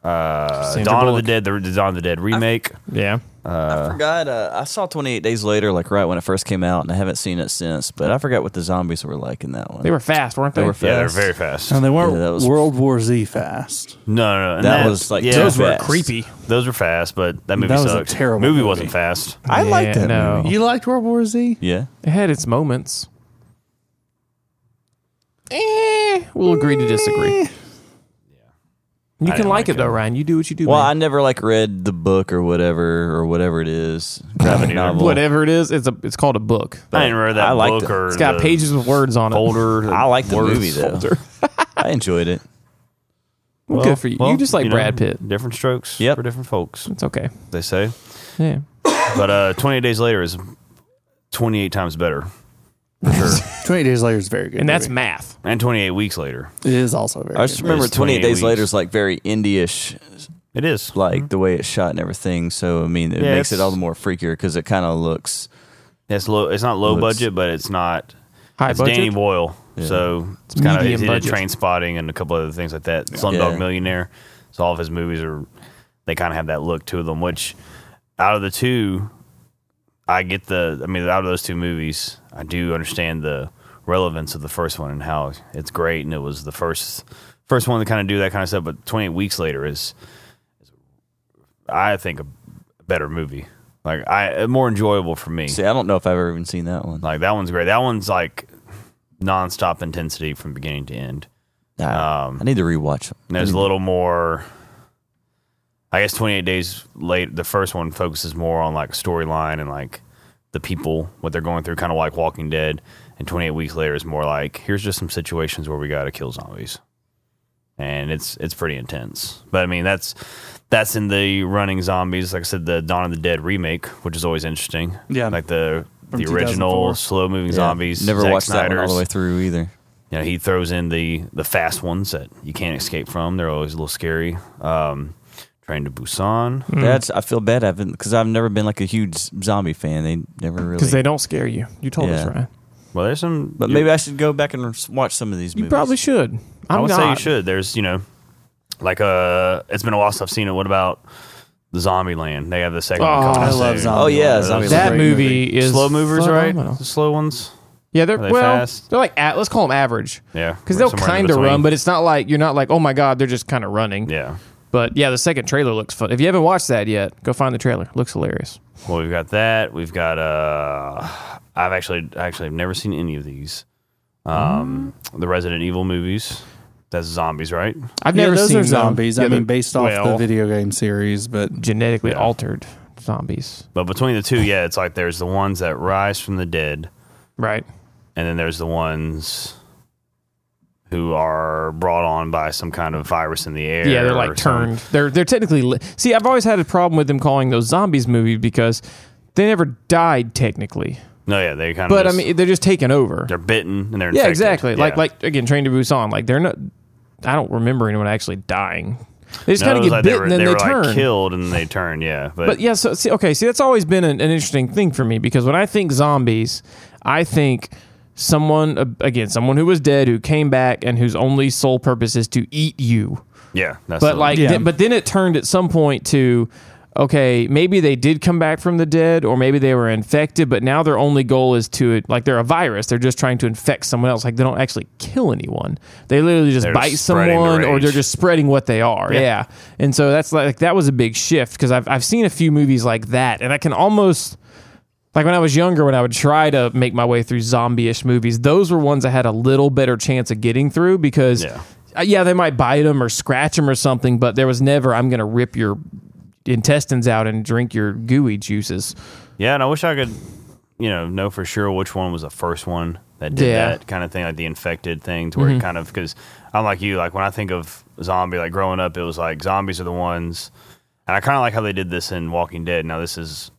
[SPEAKER 1] Uh,
[SPEAKER 2] Sandra
[SPEAKER 1] Dawn of the
[SPEAKER 2] Bullock.
[SPEAKER 1] Dead, the, the Dawn of the Dead remake.
[SPEAKER 2] Yeah,
[SPEAKER 4] I forgot. Uh, I saw 28 Days Later, like right when it first came out, and I haven't seen it since. But I forgot what the zombies were like in that one.
[SPEAKER 2] they were fast, weren't they?
[SPEAKER 4] They were
[SPEAKER 1] yeah, they're
[SPEAKER 4] fast.
[SPEAKER 1] very fast. No,
[SPEAKER 3] And they weren't
[SPEAKER 4] Yeah, that was-
[SPEAKER 3] World War Z fast.
[SPEAKER 1] no, no. and
[SPEAKER 4] That was, like,
[SPEAKER 1] yeah,
[SPEAKER 4] Those
[SPEAKER 2] Those
[SPEAKER 4] were
[SPEAKER 2] were
[SPEAKER 4] fast.
[SPEAKER 2] creepy.
[SPEAKER 1] those were fast, but that movie
[SPEAKER 3] That was a
[SPEAKER 1] sucked.
[SPEAKER 3] terrible
[SPEAKER 1] movie,
[SPEAKER 3] movie.
[SPEAKER 1] wasn't fast.
[SPEAKER 4] I liked
[SPEAKER 2] Yeah,
[SPEAKER 4] that
[SPEAKER 2] no.
[SPEAKER 4] movie.
[SPEAKER 3] You liked World War Z?
[SPEAKER 4] Yeah.
[SPEAKER 2] It had its moments. Eh, we'll agree to
[SPEAKER 3] Eh,
[SPEAKER 2] disagree. Yeah, you
[SPEAKER 1] Eh. I
[SPEAKER 2] can
[SPEAKER 1] didn't
[SPEAKER 2] like
[SPEAKER 1] like
[SPEAKER 2] it though,
[SPEAKER 1] it.
[SPEAKER 2] Ryan. You do what you do.
[SPEAKER 4] Well, I
[SPEAKER 2] man.
[SPEAKER 4] never like read the book or whatever or whatever it is. Graphic novel.
[SPEAKER 2] whatever it is, it's a it's called a book.
[SPEAKER 1] I didn't remember that
[SPEAKER 4] I liked
[SPEAKER 1] book
[SPEAKER 4] it.
[SPEAKER 1] or
[SPEAKER 2] It's got
[SPEAKER 1] the
[SPEAKER 2] pages with words on it.
[SPEAKER 1] folder.
[SPEAKER 4] I like the movie though.
[SPEAKER 2] folder.
[SPEAKER 4] I enjoyed it.
[SPEAKER 2] Well, good for you.
[SPEAKER 1] Well,
[SPEAKER 2] you just like
[SPEAKER 1] know,
[SPEAKER 2] Brad Pitt.
[SPEAKER 1] Different strokes
[SPEAKER 4] Yep.
[SPEAKER 1] for different folks,
[SPEAKER 2] It's okay.
[SPEAKER 1] they say.
[SPEAKER 2] Yeah.
[SPEAKER 1] But uh, 28 days later is 28 times better.
[SPEAKER 3] 28 Days Later is very good.
[SPEAKER 2] And that's
[SPEAKER 3] movie.
[SPEAKER 2] math.
[SPEAKER 1] And 28 weeks later.
[SPEAKER 3] it is also very
[SPEAKER 4] I
[SPEAKER 3] good.
[SPEAKER 4] just remember
[SPEAKER 1] It's
[SPEAKER 4] 28
[SPEAKER 1] 28
[SPEAKER 4] Days
[SPEAKER 1] weeks.
[SPEAKER 4] Later is like very indie-ish,
[SPEAKER 1] It is.
[SPEAKER 4] like the way it's shot and everything. So I mean, it
[SPEAKER 1] Mm-hmm. Yeah,
[SPEAKER 4] makes it
[SPEAKER 1] it's-
[SPEAKER 4] all the more freakier because it kind of looks.
[SPEAKER 1] It's low. It's not low
[SPEAKER 4] Looks-
[SPEAKER 1] budget, but it's not.
[SPEAKER 2] High
[SPEAKER 1] It's
[SPEAKER 2] budget.
[SPEAKER 1] Danny Boyle, so it's kind of
[SPEAKER 2] medium
[SPEAKER 1] he did
[SPEAKER 2] budget.
[SPEAKER 1] Train Spotting and a couple other things like that. Slumdog
[SPEAKER 4] Yeah.
[SPEAKER 1] Millionaire. So all of his movies are they kind of have that look to them. Which out of the two, I get the. I mean, out of those two movies, I do understand the relevance of the first one and how it's great, and it was the first first one to kind of do that kind of stuff. But Twenty Eight Weeks Later is, is I think, a better movie. Like I more enjoyable for me.
[SPEAKER 4] See, I don't know if I've ever even seen that one.
[SPEAKER 1] Like that one's great. That one's like nonstop intensity from beginning to end.
[SPEAKER 4] Nah, I need to rewatch them.
[SPEAKER 1] And there's
[SPEAKER 3] Hmm.
[SPEAKER 1] a little more. I guess 28 days late. The first one focuses more on like storyline and like the people what they're going through, kind of like Walking Dead. And 28 weeks later is more like here's just some situations where we got to kill zombies, and it's it's pretty intense. But I mean that's that's in the running zombies. Like I said, the Dawn of the Dead remake, which is always interesting.
[SPEAKER 3] Yeah.
[SPEAKER 1] like the
[SPEAKER 3] From
[SPEAKER 1] the original
[SPEAKER 3] 2004.
[SPEAKER 1] slow moving
[SPEAKER 4] Yeah.
[SPEAKER 1] zombies.
[SPEAKER 4] Never
[SPEAKER 1] Zack
[SPEAKER 4] watched that one all
[SPEAKER 1] Snyder's
[SPEAKER 4] the way through either.
[SPEAKER 1] you know, he throws in the the fast ones that you can't escape from. They're always a little scary. Um, Train to Busan.
[SPEAKER 2] Mm.
[SPEAKER 4] That's I feel bad. I've been because I've never been like a huge zombie fan. They never really.
[SPEAKER 2] Because Mm. they don't scare you. You told us,
[SPEAKER 4] Yeah.
[SPEAKER 2] Ryan.
[SPEAKER 1] Well, there's some,
[SPEAKER 4] but maybe I should go back and s- watch some of these
[SPEAKER 2] You
[SPEAKER 4] movies.
[SPEAKER 2] probably should. I'm
[SPEAKER 1] I would
[SPEAKER 2] not.
[SPEAKER 1] say you should. There's you know, like uh, it's been a while since I've seen it. What about the Zombie Land? They have the second. one
[SPEAKER 2] Oh,
[SPEAKER 1] coming
[SPEAKER 2] I
[SPEAKER 1] out
[SPEAKER 3] love
[SPEAKER 1] soon.
[SPEAKER 3] Zombie
[SPEAKER 4] Oh yeah,
[SPEAKER 1] That
[SPEAKER 4] zombie
[SPEAKER 2] That
[SPEAKER 4] Land.
[SPEAKER 2] movie, is
[SPEAKER 1] Slow movers, right?
[SPEAKER 2] phenomenal.
[SPEAKER 1] The slow ones.
[SPEAKER 2] Yeah, they're
[SPEAKER 1] Are they
[SPEAKER 2] well,
[SPEAKER 1] fast?
[SPEAKER 2] they're like at, let's call them average.
[SPEAKER 1] Yeah,
[SPEAKER 2] because
[SPEAKER 1] we're
[SPEAKER 2] they'll
[SPEAKER 1] somewhere in
[SPEAKER 2] kind of
[SPEAKER 1] between.
[SPEAKER 2] run, but it's not like you're not like oh my god, they're just kind of running.
[SPEAKER 1] Yeah,
[SPEAKER 2] But yeah, the second trailer looks fun. If you haven't watched that yet, go find the trailer. Looks hilarious.
[SPEAKER 1] Well, we've got that. We've got uh, I've actually actually I've never seen any of these. Um,
[SPEAKER 2] Mm.
[SPEAKER 1] the Resident Evil movies. That's zombies, right?
[SPEAKER 2] I've
[SPEAKER 3] Yeah,
[SPEAKER 2] never
[SPEAKER 3] those
[SPEAKER 2] seen
[SPEAKER 3] are
[SPEAKER 2] them.
[SPEAKER 3] zombies.
[SPEAKER 2] Yeah,
[SPEAKER 3] I mean,
[SPEAKER 2] they're
[SPEAKER 3] based off the
[SPEAKER 2] well,
[SPEAKER 3] video game series, but
[SPEAKER 2] genetically
[SPEAKER 1] Yeah.
[SPEAKER 2] altered zombies,
[SPEAKER 1] But between the two, yeah, it's like there's the ones that rise from the dead,
[SPEAKER 2] right?
[SPEAKER 1] and then there's the ones who are brought on by some kind of virus in the air.
[SPEAKER 2] Yeah, they're
[SPEAKER 1] or
[SPEAKER 2] like
[SPEAKER 1] some-
[SPEAKER 2] turned. They're they're technically. Li- See, I've always had a problem with them calling those zombies movie because they never died technically,
[SPEAKER 1] No, yeah, they kind of.
[SPEAKER 2] but I mean they're just taken over.
[SPEAKER 1] they're bitten and they're
[SPEAKER 2] Yeah,
[SPEAKER 1] infected.
[SPEAKER 2] exactly. Like
[SPEAKER 1] Yeah.
[SPEAKER 2] like again, Train to Busan. Like they're not. I don't remember anyone actually dying. They just
[SPEAKER 1] No,
[SPEAKER 2] kind
[SPEAKER 1] it
[SPEAKER 2] of
[SPEAKER 1] was
[SPEAKER 2] get
[SPEAKER 1] like they
[SPEAKER 2] bitten
[SPEAKER 1] were,
[SPEAKER 2] and
[SPEAKER 1] they
[SPEAKER 2] they,
[SPEAKER 1] were
[SPEAKER 2] turn.
[SPEAKER 1] like killed and they turn. Yeah, but,
[SPEAKER 2] But yeah, so see, okay, see, that's always been an, an interesting thing for me because when I think zombies, I think someone uh, again, someone who was dead who came back and whose only sole purpose is to eat you.
[SPEAKER 1] yeah, that's
[SPEAKER 2] But
[SPEAKER 1] the-
[SPEAKER 2] like,
[SPEAKER 3] Yeah.
[SPEAKER 2] th- but then it turned at some point to. Okay, maybe they did come back from the dead, or maybe they were infected, but now their only goal is to like they're a virus. They're just trying to infect someone else. Like they don't actually kill anyone. They literally just
[SPEAKER 1] They're
[SPEAKER 2] bite
[SPEAKER 1] spreading the
[SPEAKER 2] someone, or
[SPEAKER 1] rage.
[SPEAKER 2] they're just spreading what they are. Yeah. And so that's like that was a big shift because I've I've seen a few movies like that, and I can almost like when I was younger, when I would try to make my way through zombie-ish movies, those were ones I had a little better chance of getting through because,
[SPEAKER 1] Yeah.
[SPEAKER 2] Uh, yeah they might bite them or scratch them or something, but there was never I'm going to rip your intestines out and drink your gooey juices.
[SPEAKER 1] Yeah, and I wish I could, you know, know for sure which one was the first one that did
[SPEAKER 2] Yeah. Mm-hmm.
[SPEAKER 1] that kind of thing, like the infected thing, to where it kind of because I'm like you, like when I think of zombie, like growing up, it was like zombies are the ones, and I kind of like how they did this in Walking Dead. Now this is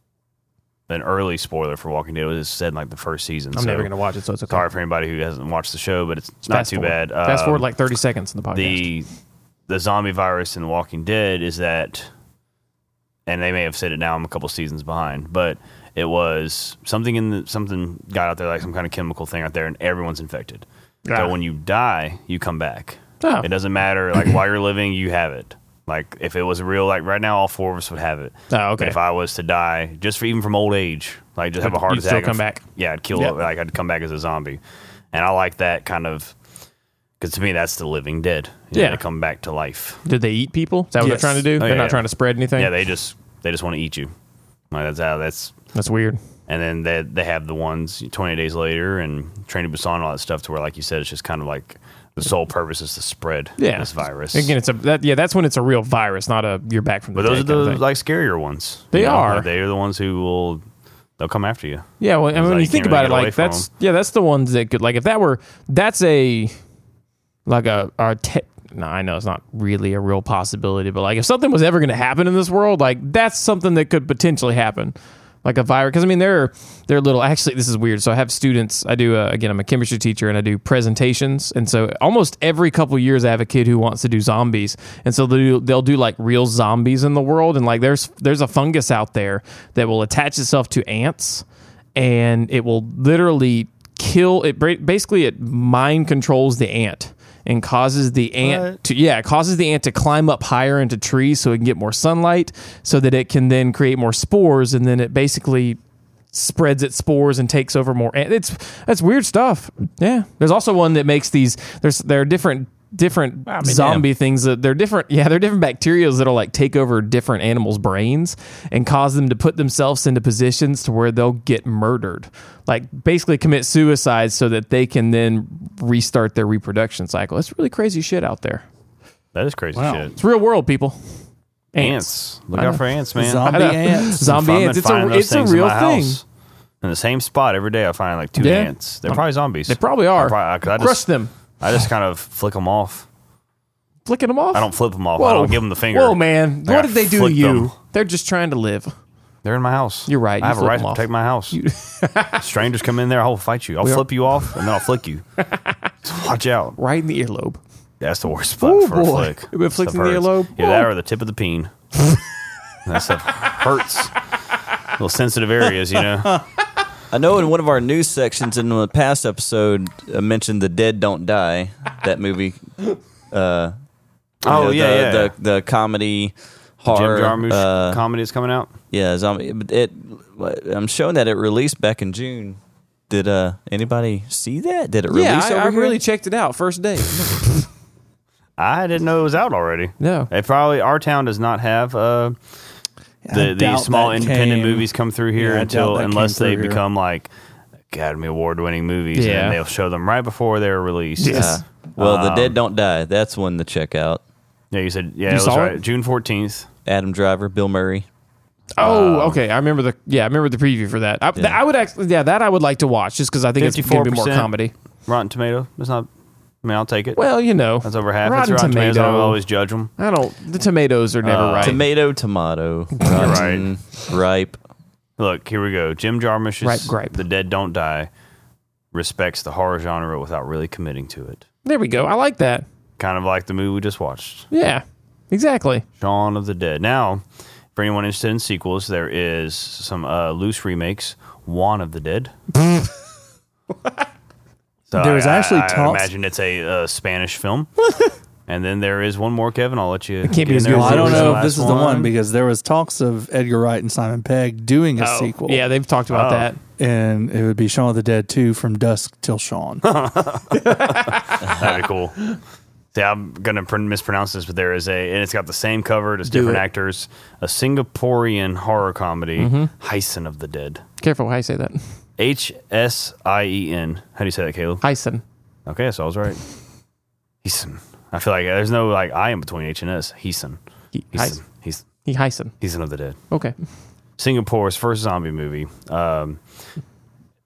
[SPEAKER 1] an early spoiler for Walking Dead. It was said in like the first season.
[SPEAKER 2] I'm never going to watch it, so it's okay.
[SPEAKER 1] Sorry for anybody who hasn't watched the show, but it's not
[SPEAKER 2] Fast
[SPEAKER 1] too
[SPEAKER 2] forward.
[SPEAKER 1] bad.
[SPEAKER 2] Fast
[SPEAKER 1] Um,
[SPEAKER 2] forward like 30 seconds in the podcast.
[SPEAKER 1] the the zombie virus in The Walking Dead is that, and they may have said it now. I'm a couple seasons behind, but it was something in the something got out there like some kind of chemical thing out there, and everyone's infected.
[SPEAKER 2] Ah.
[SPEAKER 1] So when you die, you come back.
[SPEAKER 2] Oh.
[SPEAKER 1] It doesn't matter like while you're living, you have it. Like if it was real, like right now, all four of us would have it.
[SPEAKER 2] Oh, okay.
[SPEAKER 1] But if I was to die, just for even from old age, like just have a heart
[SPEAKER 2] You'd
[SPEAKER 1] attack,
[SPEAKER 2] still come
[SPEAKER 1] I'd-
[SPEAKER 2] back.
[SPEAKER 1] Yeah, I'd kill.
[SPEAKER 2] Yeah.
[SPEAKER 1] Like I'd come back as a zombie, and I like that kind of because to me, that's the living dead. You know,
[SPEAKER 2] Yeah.
[SPEAKER 1] they come back to life.
[SPEAKER 2] Did they eat people? Is that what
[SPEAKER 3] Yes.
[SPEAKER 2] they're trying to do? they're
[SPEAKER 1] Oh, yeah,
[SPEAKER 2] not
[SPEAKER 1] yeah.
[SPEAKER 2] trying to spread anything?
[SPEAKER 1] Yeah, they just they just want to eat you. Like that's how that's. [laughs]
[SPEAKER 2] That's weird.
[SPEAKER 1] And then they they have the ones twenty days later and Train to Busan and all that stuff to where, like you said, it's just kind of like the sole purpose is to spread
[SPEAKER 2] Yeah.
[SPEAKER 1] this virus.
[SPEAKER 2] Again, it's a that, yeah. That's when it's a real virus, not a you're back from the
[SPEAKER 1] but those are
[SPEAKER 2] dead kind of
[SPEAKER 1] the
[SPEAKER 2] thing.
[SPEAKER 1] like scarier ones.
[SPEAKER 2] They
[SPEAKER 1] You know,
[SPEAKER 2] are.
[SPEAKER 1] like, they are the ones who will they'll come after you.
[SPEAKER 2] Yeah, well, and when
[SPEAKER 1] like,
[SPEAKER 2] you
[SPEAKER 1] you
[SPEAKER 2] think
[SPEAKER 1] can't really
[SPEAKER 2] about it,
[SPEAKER 1] get away
[SPEAKER 2] like
[SPEAKER 1] from
[SPEAKER 2] that's yeah, that's the ones that could like if that were that's a like a our te- no, I know it's not really a real possibility, but like if something was ever going to happen in this world, like that's something that could potentially happen, like a virus. Because I mean, there are there are little actually this is weird. So I have students. I do uh, again. I'm a chemistry teacher and I do presentations, and so almost every couple years I have a kid who wants to do zombies, and so they'll do, they'll do like real zombies in the world, and like there's there's a fungus out there that will attach itself to ants and it will literally kill it bra- basically it mind controls the ant and causes the ant to yeah it causes the ant to climb up higher into trees so it can get more sunlight so that it can then create more spores and then it basically spreads its spores and takes over more ant. it's that's weird stuff yeah there's also one that makes these there's there are different different zombie things that they're different yeah they're different bacteria that'll like take over different animals brains and cause them to put themselves into positions to where they'll get murdered like basically commit suicide so that they can then restart their reproduction cycle it's really crazy shit out there
[SPEAKER 1] That is crazy shit.
[SPEAKER 2] it's real world people
[SPEAKER 1] Ants, look out for ants, man.
[SPEAKER 3] zombie
[SPEAKER 2] I know.
[SPEAKER 3] ants.
[SPEAKER 2] zombie
[SPEAKER 1] I've been
[SPEAKER 2] ants it's
[SPEAKER 1] finding
[SPEAKER 2] a
[SPEAKER 1] those
[SPEAKER 2] it's a
[SPEAKER 1] things in
[SPEAKER 2] real
[SPEAKER 1] my
[SPEAKER 2] thing
[SPEAKER 1] house. In the same spot every day, I find like two
[SPEAKER 2] Yeah.
[SPEAKER 1] ants. They're probably zombies.
[SPEAKER 2] they probably are
[SPEAKER 1] I probably- 'cause I
[SPEAKER 2] crush
[SPEAKER 1] just-
[SPEAKER 2] them
[SPEAKER 1] I just kind of flick them off.
[SPEAKER 2] flicking them off
[SPEAKER 1] I don't flip them off. I don't give them the finger.
[SPEAKER 2] Whoa, man!
[SPEAKER 1] I
[SPEAKER 2] what
[SPEAKER 1] gotta
[SPEAKER 2] did they do to
[SPEAKER 1] flick
[SPEAKER 2] you?
[SPEAKER 1] them.
[SPEAKER 2] They're just trying to live.
[SPEAKER 1] They're in my house.
[SPEAKER 2] You're right. You
[SPEAKER 1] I have a
[SPEAKER 2] flip
[SPEAKER 1] right
[SPEAKER 2] them
[SPEAKER 1] to
[SPEAKER 2] off.
[SPEAKER 1] protect my house.
[SPEAKER 2] [laughs]
[SPEAKER 1] Strangers come in there, I'll fight you. I'll flip you off, and then I'll flick
[SPEAKER 2] [laughs]
[SPEAKER 1] you. So watch out.
[SPEAKER 2] Right in the earlobe.
[SPEAKER 1] That's the worst spot
[SPEAKER 2] Ooh,
[SPEAKER 1] for
[SPEAKER 2] boy.
[SPEAKER 1] a flick.
[SPEAKER 2] It would flick
[SPEAKER 1] Stuff
[SPEAKER 2] in the
[SPEAKER 1] hurts.
[SPEAKER 2] earlobe.
[SPEAKER 1] Yeah, that
[SPEAKER 2] Ooh.
[SPEAKER 1] or the tip of the
[SPEAKER 2] [laughs]
[SPEAKER 1] peen. that stuff hurts. Little sensitive areas, you know.
[SPEAKER 4] I know in one of our news sections in the past episode I mentioned the dead don't die. That movie. Uh,
[SPEAKER 1] Oh,
[SPEAKER 4] you know,
[SPEAKER 1] yeah,
[SPEAKER 4] the,
[SPEAKER 1] yeah,
[SPEAKER 4] the the comedy horror.
[SPEAKER 1] Jim Jarmusch
[SPEAKER 4] uh,
[SPEAKER 1] comedy is coming out.
[SPEAKER 4] yeah, zombie. But it, I'm showing that it released back in June. Did uh anybody see that? Did it release
[SPEAKER 2] yeah, I,
[SPEAKER 4] over
[SPEAKER 2] I
[SPEAKER 4] here?
[SPEAKER 2] really checked it out first day.
[SPEAKER 1] I didn't know it was out already.
[SPEAKER 2] No.
[SPEAKER 1] It probably our town does not have uh,
[SPEAKER 3] I
[SPEAKER 1] the
[SPEAKER 3] doubt
[SPEAKER 1] these small
[SPEAKER 3] that
[SPEAKER 1] independent
[SPEAKER 3] came-
[SPEAKER 1] movies come through here
[SPEAKER 3] Yeah, I doubt
[SPEAKER 1] until
[SPEAKER 3] that
[SPEAKER 1] unless
[SPEAKER 3] came
[SPEAKER 1] they
[SPEAKER 3] through here.
[SPEAKER 1] become like Academy Award winning movies, and
[SPEAKER 2] Yeah.
[SPEAKER 1] then they'll show them right before they're released.
[SPEAKER 2] Yes.
[SPEAKER 4] Uh, Well, The
[SPEAKER 1] um,
[SPEAKER 4] Dead Don't Die. That's one to check out.
[SPEAKER 1] Yeah, you said yeah,
[SPEAKER 2] You
[SPEAKER 1] it was
[SPEAKER 2] saw
[SPEAKER 1] right.
[SPEAKER 2] it?
[SPEAKER 1] June fourteenth.
[SPEAKER 4] Adam Driver, Bill Murray.
[SPEAKER 2] Oh,
[SPEAKER 1] um,
[SPEAKER 2] okay. I remember the yeah. I remember the preview for that. I, th- I would actually yeah that I would like to watch just because I think it's going to be more
[SPEAKER 1] 54%.
[SPEAKER 2] comedy.
[SPEAKER 1] Rotten Tomato. It's not. I mean, I'll take it.
[SPEAKER 2] Well, you know,
[SPEAKER 1] That's over half. it's Rotten Tomatoes. I always judge them.
[SPEAKER 2] I don't. The tomatoes are
[SPEAKER 1] Uh,
[SPEAKER 2] never right.
[SPEAKER 1] [laughs]
[SPEAKER 4] Tomato, tomato. Rotten, Ripe.
[SPEAKER 1] Look, here we go. Jim Jarmusch is
[SPEAKER 2] Ripe gripe.
[SPEAKER 1] The Dead Don't Die respects the horror genre without really committing to it.
[SPEAKER 2] there we go. I like that.
[SPEAKER 1] Kind of like the movie we just watched,
[SPEAKER 2] Yeah, exactly.
[SPEAKER 1] Shaun of the Dead. Now, for anyone interested in sequels, there is some uh, loose remakes. Juan of the Dead. so
[SPEAKER 3] There was
[SPEAKER 1] I- I-
[SPEAKER 3] actually
[SPEAKER 1] I,
[SPEAKER 3] talks-
[SPEAKER 1] imagine it's a uh, Spanish film. and then there is one more, Kevin. I'll let you. It
[SPEAKER 2] can't be as good
[SPEAKER 3] Well,
[SPEAKER 2] as
[SPEAKER 3] I
[SPEAKER 2] the
[SPEAKER 3] don't know if this is the one [laughs]
[SPEAKER 1] because.
[SPEAKER 3] because there was talks of Edgar Wright and Simon Pegg doing a
[SPEAKER 2] Oh,
[SPEAKER 3] sequel.
[SPEAKER 2] Yeah, they've talked about
[SPEAKER 1] Oh.
[SPEAKER 2] that.
[SPEAKER 3] and it would be Shaun of the Dead 2 from dusk till [laughs] Shaun.
[SPEAKER 1] That'd be cool. See, I'm gonna pr- mispronounce this, but there is a, and it's got the same cover, just
[SPEAKER 2] Do
[SPEAKER 1] different
[SPEAKER 2] it.
[SPEAKER 1] actors. A Singaporean horror comedy, Hyson of the Dead.
[SPEAKER 2] Careful how you say that.
[SPEAKER 1] H S I E N. How do you say that, Caleb?
[SPEAKER 2] Hyson.
[SPEAKER 1] Okay, so I was right. Hyson. I feel like there's no like I in between H and S. Hyson.
[SPEAKER 2] He
[SPEAKER 1] Hyson.
[SPEAKER 2] Hyson.
[SPEAKER 1] He's
[SPEAKER 2] He Hyson.
[SPEAKER 1] Hyson of the Dead.
[SPEAKER 2] Okay.
[SPEAKER 1] Singapore's first zombie movie. Um,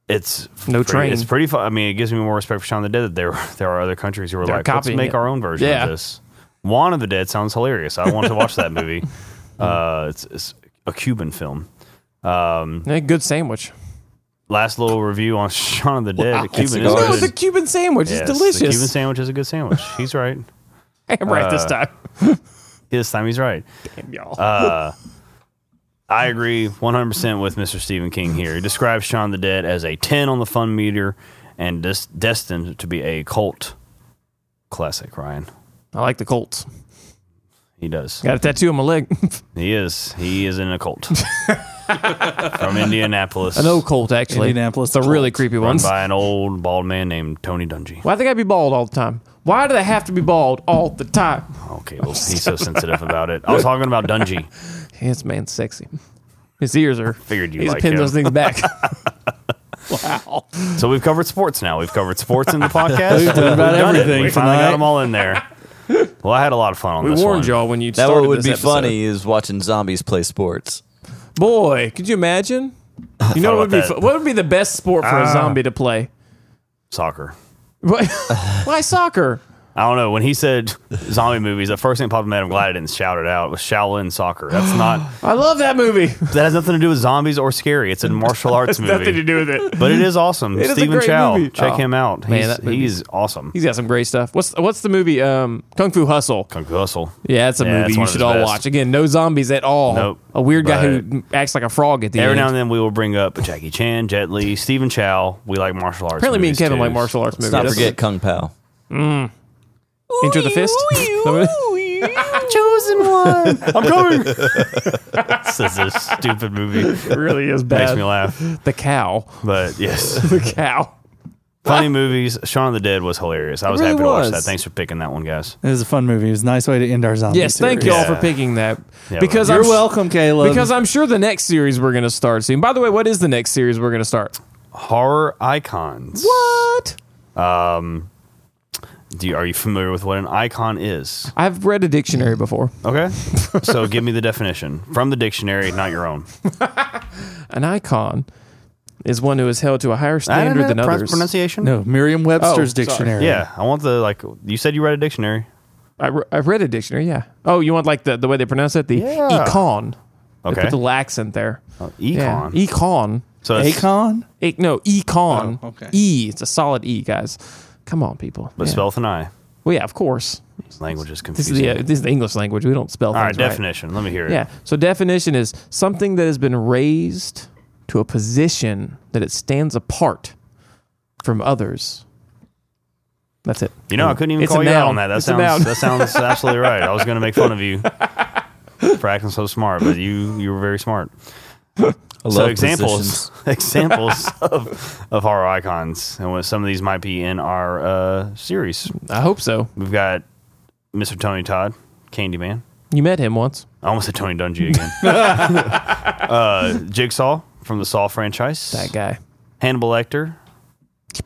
[SPEAKER 1] it's
[SPEAKER 2] No
[SPEAKER 1] pretty,
[SPEAKER 2] train.
[SPEAKER 1] It's pretty fun. I mean, it gives me more respect for Shaun of the Dead that there there are other countries who are
[SPEAKER 2] They're
[SPEAKER 1] like, let's
[SPEAKER 2] copying
[SPEAKER 1] make
[SPEAKER 2] it."
[SPEAKER 1] our own version
[SPEAKER 2] Yeah.
[SPEAKER 1] of this. Juan of the Dead sounds hilarious. I want to watch that
[SPEAKER 2] [laughs]
[SPEAKER 1] movie. Uh, it's, it's a Cuban film. Um,
[SPEAKER 2] Eh, Good sandwich.
[SPEAKER 1] last little review on [laughs] Shaun of the Dead. the
[SPEAKER 4] it's
[SPEAKER 1] Cuban
[SPEAKER 4] a
[SPEAKER 1] is
[SPEAKER 4] good-
[SPEAKER 2] No,
[SPEAKER 1] good.
[SPEAKER 2] the Cuban sandwich
[SPEAKER 1] Yes,
[SPEAKER 2] is
[SPEAKER 1] the
[SPEAKER 2] delicious.
[SPEAKER 1] Cuban sandwich is a good sandwich. He's right.
[SPEAKER 2] I'm [laughs] right this time.
[SPEAKER 1] This time he's right. Uh, I agree 100% with Mr. Stephen King here. He describes Shaun the Dead as a 10 on the fun meter and des- destined to be a cult classic, Ryan.
[SPEAKER 2] I like the Colts.
[SPEAKER 1] He does.
[SPEAKER 2] Got a tattoo on my leg. [laughs]
[SPEAKER 1] He is. He is in a cult. From Indianapolis.
[SPEAKER 2] An old Colt, actually.
[SPEAKER 3] Indianapolis
[SPEAKER 2] It's a really
[SPEAKER 3] Colt.
[SPEAKER 2] creepy
[SPEAKER 1] Run
[SPEAKER 2] one.
[SPEAKER 1] by an old bald man named Tony Dungy.
[SPEAKER 2] Why do they gotta be bald all the time? Why do they have to be bald all the time?
[SPEAKER 1] Okay, well, he's so sensitive about it. I was talking about Dungy.
[SPEAKER 2] This man's sexy. His ears are.
[SPEAKER 1] Figured you
[SPEAKER 2] He's
[SPEAKER 1] like
[SPEAKER 2] pinned
[SPEAKER 1] him.
[SPEAKER 2] those things
[SPEAKER 1] [laughs]
[SPEAKER 2] back.
[SPEAKER 1] So we've covered sports now. We've covered sports in the podcast.
[SPEAKER 3] We've done about
[SPEAKER 1] We've it.
[SPEAKER 3] everything
[SPEAKER 1] We finally got
[SPEAKER 3] tonight.
[SPEAKER 1] them all in there. Well, I had a lot of fun on
[SPEAKER 2] we
[SPEAKER 1] this
[SPEAKER 2] warned
[SPEAKER 1] one.
[SPEAKER 2] y'all when you
[SPEAKER 4] That
[SPEAKER 2] started
[SPEAKER 4] what would
[SPEAKER 2] this
[SPEAKER 4] be
[SPEAKER 2] episode.
[SPEAKER 4] funny is watching zombies play sports.
[SPEAKER 2] Boy, could you
[SPEAKER 1] [laughs]
[SPEAKER 2] imagine? You know
[SPEAKER 1] about
[SPEAKER 2] what would be
[SPEAKER 1] that. Ah.
[SPEAKER 2] fu- what would be the best sport for a zombie to play? [laughs]
[SPEAKER 1] Soccer.
[SPEAKER 2] What- Why soccer?
[SPEAKER 1] I don't know. When he said zombie movies, the first thing that popped in my head, I'm glad I didn't shout it out, was Shaolin soccer. That's not,
[SPEAKER 2] I love that movie. [laughs]
[SPEAKER 1] that has nothing to do with zombies or scary. It's a martial arts movie.
[SPEAKER 2] Nothing to do with it.
[SPEAKER 1] But it is awesome.
[SPEAKER 2] It is a
[SPEAKER 1] Stephen
[SPEAKER 2] great
[SPEAKER 1] Chow.
[SPEAKER 2] movie.
[SPEAKER 1] Check
[SPEAKER 2] Oh,
[SPEAKER 1] him out.
[SPEAKER 2] man,
[SPEAKER 1] He's,
[SPEAKER 2] that movie-
[SPEAKER 1] he's awesome.
[SPEAKER 2] He's got some great stuff. What's what's the movie? Um, Kung Fu Hustle.
[SPEAKER 1] Kung Fu Hustle.
[SPEAKER 2] Yeah, it's a
[SPEAKER 1] Yeah,
[SPEAKER 2] movie
[SPEAKER 1] it's one
[SPEAKER 2] you
[SPEAKER 1] of his
[SPEAKER 2] should all
[SPEAKER 1] best.
[SPEAKER 2] watch. Again, no zombies at all.
[SPEAKER 1] Nope.
[SPEAKER 2] A weird guy
[SPEAKER 1] But-
[SPEAKER 2] who acts like a frog at the
[SPEAKER 1] Every
[SPEAKER 2] end.
[SPEAKER 1] now and then we will bring up Jackie Chan, Jet Li, Stephen Chow. We like martial arts.
[SPEAKER 2] Apparently, me
[SPEAKER 1] movies,
[SPEAKER 2] and Kevin
[SPEAKER 1] too. [laughs]
[SPEAKER 2] like martial arts movies.
[SPEAKER 4] Let's not
[SPEAKER 2] That's-
[SPEAKER 4] forget Kung Pao.
[SPEAKER 2] Enter the fist. [laughs]
[SPEAKER 1] Chosen one. [laughs] I'm coming. this is a stupid
[SPEAKER 2] [laughs]
[SPEAKER 1] movie.
[SPEAKER 2] it really is
[SPEAKER 1] Makes
[SPEAKER 2] bad.
[SPEAKER 1] me laugh.
[SPEAKER 2] The
[SPEAKER 1] [laughs]
[SPEAKER 2] cow.
[SPEAKER 1] But yes. [laughs]
[SPEAKER 2] The cow.
[SPEAKER 1] Funny movies. Shaun of the Dead was hilarious. I was
[SPEAKER 4] really
[SPEAKER 1] happy to
[SPEAKER 4] was.
[SPEAKER 1] watch that. Thanks for picking that one, guys.
[SPEAKER 3] It was a fun movie. It was a nice way to end our zombie.
[SPEAKER 2] Yes, thank
[SPEAKER 3] series.
[SPEAKER 2] y'all
[SPEAKER 1] Yeah.
[SPEAKER 2] for picking that.
[SPEAKER 1] Yeah,
[SPEAKER 2] because
[SPEAKER 1] well,
[SPEAKER 2] I'm
[SPEAKER 3] You're
[SPEAKER 2] s-
[SPEAKER 3] welcome, Caleb.
[SPEAKER 2] Because I'm sure the next series we're going to start soon. By the way, what is the next series we're going to start?
[SPEAKER 1] Horror icons.
[SPEAKER 2] What?
[SPEAKER 1] Do you, are you familiar with what an icon is?
[SPEAKER 2] I've read a dictionary before.
[SPEAKER 1] Okay.
[SPEAKER 4] [laughs]
[SPEAKER 1] so give me the definition from the dictionary, not your own.
[SPEAKER 2] An icon is one who is held to a higher standard than
[SPEAKER 1] Pro-
[SPEAKER 2] others.
[SPEAKER 1] Pronunciation?
[SPEAKER 3] no, Merriam-Webster's
[SPEAKER 2] Oh, sorry.
[SPEAKER 3] dictionary.
[SPEAKER 1] Yeah. I want the, like, you said you read a dictionary.
[SPEAKER 2] I, re- I read a dictionary, yeah. Oh, you want like the, the way they pronounce it? The
[SPEAKER 1] Yeah.
[SPEAKER 2] econ. They
[SPEAKER 1] Okay.
[SPEAKER 2] put the little accent there. Yeah.
[SPEAKER 1] Oh,
[SPEAKER 2] E-
[SPEAKER 1] Econ.
[SPEAKER 2] Econ.
[SPEAKER 1] so it's,
[SPEAKER 3] Akon?
[SPEAKER 2] E- no, econ.
[SPEAKER 3] Oh, okay.
[SPEAKER 2] E. It's a solid E, guys. Come on, people.
[SPEAKER 1] But
[SPEAKER 2] yeah.
[SPEAKER 1] spell with an I.
[SPEAKER 2] Well, yeah, of course.
[SPEAKER 1] This language is
[SPEAKER 2] This
[SPEAKER 1] confusing.
[SPEAKER 2] is the uh, this is the English language. We don't spell
[SPEAKER 1] All right,
[SPEAKER 2] things right.
[SPEAKER 1] definition. Let me hear it.
[SPEAKER 2] Yeah. So definition is something that has been raised to a position that it stands apart from others. That's it.
[SPEAKER 1] You know, I couldn't even
[SPEAKER 2] It's a
[SPEAKER 1] call you out
[SPEAKER 2] noun.
[SPEAKER 1] on that. That
[SPEAKER 2] It's a
[SPEAKER 1] sounds
[SPEAKER 2] noun.
[SPEAKER 1] that
[SPEAKER 2] [laughs]
[SPEAKER 1] sounds absolutely right. I was going to make fun of you for acting so smart, but you you were very smart.
[SPEAKER 4] I
[SPEAKER 1] So
[SPEAKER 4] love
[SPEAKER 1] examples
[SPEAKER 4] positions. [laughs]
[SPEAKER 1] examples [laughs] of of horror icons, and what some of these might be in our uh, series.
[SPEAKER 2] [laughs] I hope so.
[SPEAKER 1] We've got Mr. Tony Todd, Candyman.
[SPEAKER 2] You met him once.
[SPEAKER 1] I almost said Tony
[SPEAKER 4] [laughs]
[SPEAKER 1] Dungy again. uh, Jigsaw from the Saw franchise.
[SPEAKER 2] That guy.
[SPEAKER 1] Hannibal Lecter,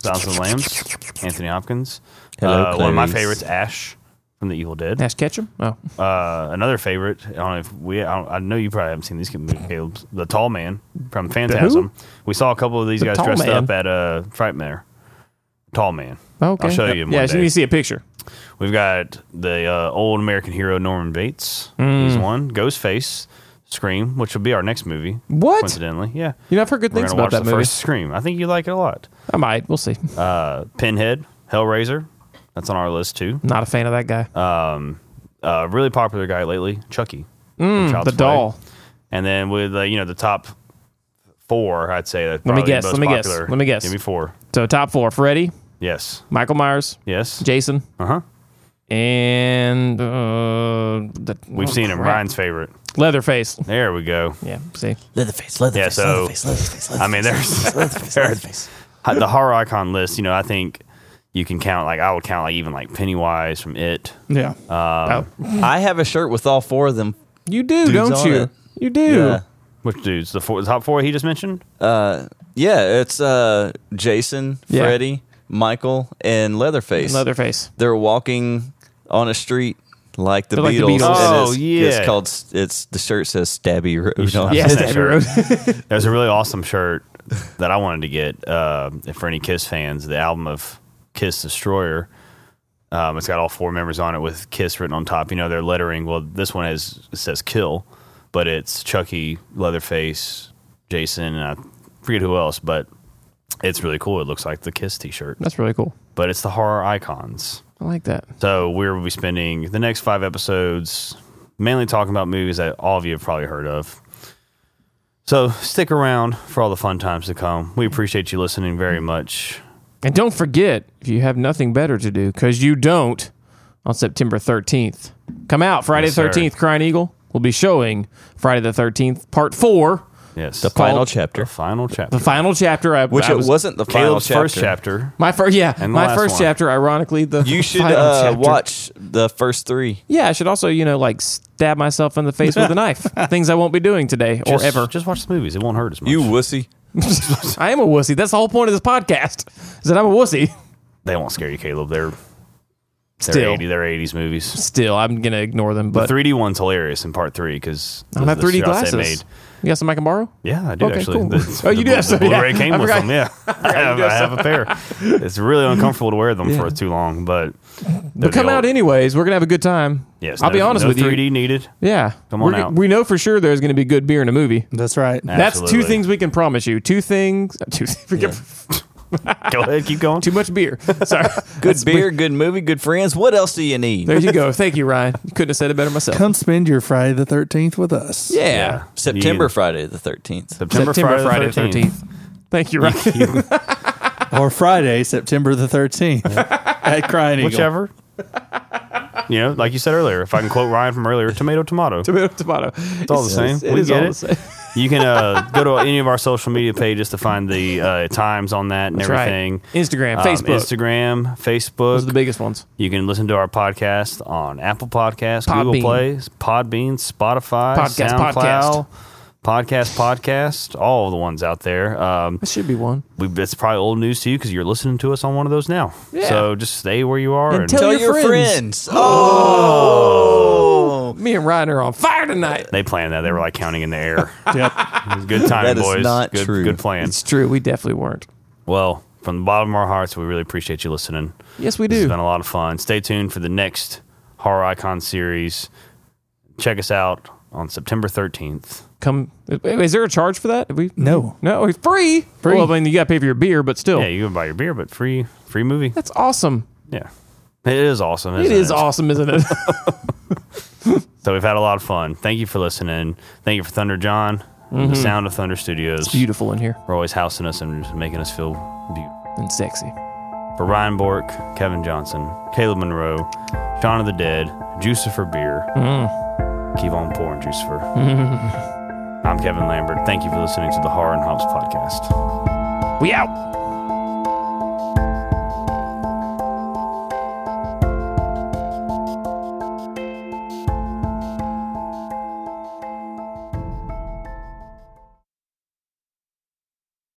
[SPEAKER 1] Silence of the Lambs, Anthony Hopkins.
[SPEAKER 4] Hello,
[SPEAKER 1] uh, one of my
[SPEAKER 4] Clarice.
[SPEAKER 1] favorites, Ash from The Evil Dead.
[SPEAKER 2] Ash Ketchum. Oh,
[SPEAKER 1] Uh, another favorite. I don't know if we. I, don't, I know you probably haven't seen these movies, Caleb. The Tall Man from Phantasm. We saw a couple of these
[SPEAKER 2] The
[SPEAKER 1] guys
[SPEAKER 2] Tall
[SPEAKER 1] dressed
[SPEAKER 2] Man?
[SPEAKER 1] up at uh, Frightmare. Tall Man.
[SPEAKER 2] okay.
[SPEAKER 1] I'll show you one
[SPEAKER 2] Yeah, so you
[SPEAKER 1] day.
[SPEAKER 2] can see a picture.
[SPEAKER 1] We've got the uh, old American hero Norman Bates.
[SPEAKER 2] Hmm.
[SPEAKER 1] He's one. Ghostface, Scream, which will be our next movie.
[SPEAKER 2] What?
[SPEAKER 1] Coincidentally, yeah.
[SPEAKER 2] You know, I've heard good
[SPEAKER 1] We're
[SPEAKER 2] things
[SPEAKER 1] gonna
[SPEAKER 2] about
[SPEAKER 1] watch
[SPEAKER 2] that
[SPEAKER 1] the
[SPEAKER 2] movie.
[SPEAKER 1] first Scream. I think you like it a lot.
[SPEAKER 2] I might. We'll see.
[SPEAKER 1] Uh, Pinhead, Hellraiser. That's on our list too.
[SPEAKER 2] Not a fan of that guy.
[SPEAKER 1] Um, uh, really popular guy lately, Chucky. from
[SPEAKER 2] Hmm, the
[SPEAKER 1] Child's Play.
[SPEAKER 2] doll.
[SPEAKER 1] And then with uh, you know the top four, I'd say that.
[SPEAKER 2] me guess, let me guess, let me guess.
[SPEAKER 1] Give me four.
[SPEAKER 2] So top four: Freddy,
[SPEAKER 1] Yes.
[SPEAKER 2] Michael Myers,
[SPEAKER 1] Yes.
[SPEAKER 2] Jason,
[SPEAKER 1] Uh huh.
[SPEAKER 2] and uh, the,
[SPEAKER 1] We've
[SPEAKER 2] oh,
[SPEAKER 1] seen him.
[SPEAKER 2] crap.
[SPEAKER 1] Ryan's favorite.
[SPEAKER 2] Leatherface.
[SPEAKER 1] There we go.
[SPEAKER 2] Yeah. See.
[SPEAKER 4] Leatherface, Leatherface,
[SPEAKER 1] Yeah, so-
[SPEAKER 4] Leatherface, Leatherface,
[SPEAKER 1] I mean, there's [laughs] the horror icon list. You know, I think you can count like I would count like even like Pennywise from It.
[SPEAKER 3] Yeah.
[SPEAKER 1] Um,
[SPEAKER 2] oh,
[SPEAKER 4] I have a shirt with all four of them.
[SPEAKER 2] you do,
[SPEAKER 4] Dude's
[SPEAKER 2] don't
[SPEAKER 4] on
[SPEAKER 2] you?
[SPEAKER 4] it.
[SPEAKER 2] You do.
[SPEAKER 4] Yeah.
[SPEAKER 1] Which dudes? The four, the top four he just mentioned.
[SPEAKER 4] Uh, yeah, it's uh, Jason,
[SPEAKER 2] Yeah.
[SPEAKER 4] Freddy, Michael, and Leatherface.
[SPEAKER 2] Leatherface.
[SPEAKER 4] They're walking on a street like the
[SPEAKER 2] They're like the
[SPEAKER 4] Beatles. and
[SPEAKER 2] Beatles.
[SPEAKER 1] Oh,
[SPEAKER 4] it's,
[SPEAKER 1] yeah.
[SPEAKER 4] It's called. It's the shirt says Stabby Road.
[SPEAKER 2] [laughs]
[SPEAKER 4] on it.
[SPEAKER 1] Yeah, I've
[SPEAKER 2] Yes,
[SPEAKER 1] seen that
[SPEAKER 2] Abbey
[SPEAKER 1] shirt.
[SPEAKER 2] Road.
[SPEAKER 1] [laughs] There's a really awesome
[SPEAKER 2] [laughs]
[SPEAKER 1] shirt that I wanted to get uh, for any Kiss fans. The album of Kiss Destroyer. Um, it's got all four members on it with Kiss written on top. You know their lettering. Well, this one has it says Kill, but it's Chucky, Leatherface, Jason, and I forget who else. But it's really cool. It looks like the Kiss T-shirt,
[SPEAKER 2] That's really cool.
[SPEAKER 1] but it's the horror icons.
[SPEAKER 2] I like that.
[SPEAKER 1] So we will be spending the next five episodes mainly talking about movies that all of you have probably heard of. So stick around for all the fun times to come. We appreciate you listening very much.
[SPEAKER 2] And don't forget, if you have nothing better to do, because you don't, on September 13th, come out Friday
[SPEAKER 1] Yes,
[SPEAKER 2] the
[SPEAKER 1] sir.
[SPEAKER 2] 13th. Crying Eagle will be showing Friday the 13th, part four,
[SPEAKER 1] Yes,
[SPEAKER 4] The final
[SPEAKER 2] called-
[SPEAKER 1] the
[SPEAKER 4] chapter,
[SPEAKER 1] final chapter,
[SPEAKER 2] the final chapter. I,
[SPEAKER 4] which
[SPEAKER 2] I
[SPEAKER 4] it was, not the final
[SPEAKER 1] Caleb's
[SPEAKER 4] chapter.
[SPEAKER 1] first chapter.
[SPEAKER 2] My first, yeah,
[SPEAKER 1] And the
[SPEAKER 2] my
[SPEAKER 1] last
[SPEAKER 2] first
[SPEAKER 1] one.
[SPEAKER 2] chapter. Ironically, the [laughs]
[SPEAKER 4] You should
[SPEAKER 2] final
[SPEAKER 4] uh,
[SPEAKER 2] chapter.
[SPEAKER 4] watch the first three.
[SPEAKER 2] Yeah, I should also, you know, like stab myself in the face with a knife.
[SPEAKER 1] [laughs]
[SPEAKER 2] Things I won't be doing today or
[SPEAKER 1] Just- [laughs]
[SPEAKER 2] ever.
[SPEAKER 1] Just watch the movies; it won't hurt as much.
[SPEAKER 4] You wussy.
[SPEAKER 2] I am a wussy. That's the whole point of this podcast. Is that I'm a wussy.
[SPEAKER 1] they won't scare you, Caleb. They're they're
[SPEAKER 2] Still,
[SPEAKER 1] 80, they're eighties movies.
[SPEAKER 2] still, I'm gonna ignore them.
[SPEAKER 1] The
[SPEAKER 2] But
[SPEAKER 1] three D one's hilarious in part three because
[SPEAKER 2] I don't have 3D glasses. You got some I can borrow?
[SPEAKER 1] Yeah, I do
[SPEAKER 2] Okay,
[SPEAKER 1] actually.
[SPEAKER 2] cool.
[SPEAKER 1] The-
[SPEAKER 2] [laughs] Oh, you
[SPEAKER 1] the
[SPEAKER 2] do
[SPEAKER 1] Blu-
[SPEAKER 2] have
[SPEAKER 1] the
[SPEAKER 2] some, yeah.
[SPEAKER 1] Blu-ray came
[SPEAKER 2] I
[SPEAKER 1] with
[SPEAKER 2] forgot-
[SPEAKER 1] them.
[SPEAKER 2] [laughs]
[SPEAKER 1] Yeah, I have, I have a pair. It's really uncomfortable to wear them for too long, but
[SPEAKER 2] But come out anyways. We're gonna have a good time.
[SPEAKER 1] Yes,
[SPEAKER 2] I'll
[SPEAKER 1] no-
[SPEAKER 2] be honest
[SPEAKER 1] no
[SPEAKER 2] with
[SPEAKER 1] 3D
[SPEAKER 2] you.
[SPEAKER 1] needed.
[SPEAKER 2] Yeah,
[SPEAKER 1] Come on
[SPEAKER 2] We're-
[SPEAKER 1] out.
[SPEAKER 2] We know for sure there's gonna be good beer in a movie.
[SPEAKER 3] That's right.
[SPEAKER 2] That's two
[SPEAKER 1] Absolutely.
[SPEAKER 2] things we can promise you. Two things. [laughs] Two.
[SPEAKER 1] Go ahead, keep
[SPEAKER 2] [laughs]
[SPEAKER 1] going.
[SPEAKER 2] Too much
[SPEAKER 1] [laughs]
[SPEAKER 2] beer. Sorry.
[SPEAKER 4] Good beer, good movie, good friends. What else do you need?
[SPEAKER 2] There you go. Thank you, Ryan. Couldn't have said it better myself.
[SPEAKER 3] Come spend your Friday the 13th with us.
[SPEAKER 4] Yeah.
[SPEAKER 1] Yeah.
[SPEAKER 4] September,
[SPEAKER 1] You-
[SPEAKER 4] Friday the 13th.
[SPEAKER 1] September, Friday, Friday 13th.
[SPEAKER 2] Thank you, Ryan.
[SPEAKER 1] [laughs]
[SPEAKER 2] [laughs]
[SPEAKER 3] Or Friday, September the 13th
[SPEAKER 2] [laughs]
[SPEAKER 3] at Crying Eagle.
[SPEAKER 1] Whichever. you know, like you said earlier, if I can quote Ryan from earlier, tomato, tomato.
[SPEAKER 2] tomato, tomato. It's
[SPEAKER 1] all the same.
[SPEAKER 2] It
[SPEAKER 1] We
[SPEAKER 2] is
[SPEAKER 1] get
[SPEAKER 2] all
[SPEAKER 1] it.
[SPEAKER 2] the same. [laughs]
[SPEAKER 1] You can uh, go to any of our social media pages to find the uh, times on that and
[SPEAKER 2] That's right.
[SPEAKER 1] everything.
[SPEAKER 2] Instagram,
[SPEAKER 1] Um,
[SPEAKER 2] Facebook.
[SPEAKER 1] Instagram, Facebook.
[SPEAKER 2] Those are the biggest ones.
[SPEAKER 1] You can listen to our podcast on Apple Podcasts, Google
[SPEAKER 2] Podbean.
[SPEAKER 1] Play, Podbean, Spotify,
[SPEAKER 2] Podcast,
[SPEAKER 1] SoundCloud, podcast. podcast, all the ones out there. Um,
[SPEAKER 2] That should be one.
[SPEAKER 1] we, it's probably old news to you because you're listening to us on one of those now.
[SPEAKER 2] Yeah.
[SPEAKER 1] So just stay where you are. And,
[SPEAKER 2] tell-
[SPEAKER 4] Tell
[SPEAKER 2] your
[SPEAKER 4] your
[SPEAKER 2] friends.
[SPEAKER 4] friends. Oh,
[SPEAKER 2] Me and Ryan are on fire tonight.
[SPEAKER 1] they planned that. They were like counting in the
[SPEAKER 2] [laughs]
[SPEAKER 1] air.
[SPEAKER 3] Yep.
[SPEAKER 1] It was good timing,
[SPEAKER 4] That is
[SPEAKER 1] boys.
[SPEAKER 4] not
[SPEAKER 1] good,
[SPEAKER 4] true.
[SPEAKER 1] Good plan.
[SPEAKER 2] It's true. We definitely weren't.
[SPEAKER 1] Well, from the bottom of our hearts, we really appreciate you listening.
[SPEAKER 2] Yes, we
[SPEAKER 1] This has
[SPEAKER 2] do.
[SPEAKER 1] been a lot of fun. Stay tuned for the next Horror Icon series. Check us out on September 13th.
[SPEAKER 2] Come. Is there a charge for that? Have we
[SPEAKER 3] No.
[SPEAKER 2] no. It's free. Free. Well, I mean, you got to pay for your beer, but still,
[SPEAKER 1] Yeah, you can buy your beer, but free free movie.
[SPEAKER 2] that's awesome.
[SPEAKER 1] Yeah. It is awesome.
[SPEAKER 2] It
[SPEAKER 1] Isn't
[SPEAKER 2] is awesome, isn't it? [laughs]
[SPEAKER 1] So we've had a lot of fun. Thank you for listening. Thank you for Thunder John, and the sound of Thunder Studios.
[SPEAKER 2] Mm-hmm. Beautiful in here
[SPEAKER 1] We're always housing us and just making us feel beautiful.
[SPEAKER 2] and sexy.
[SPEAKER 1] For Ryan Bork, Kevin Johnson, Caleb Monroe, Shaun of the Dead, Juicer for Beer.
[SPEAKER 2] Mm-hmm.
[SPEAKER 1] Keep on pouring juice for. I'm Kevin Lambert. Thank you for listening to the Horror and Hops podcast.
[SPEAKER 2] We out.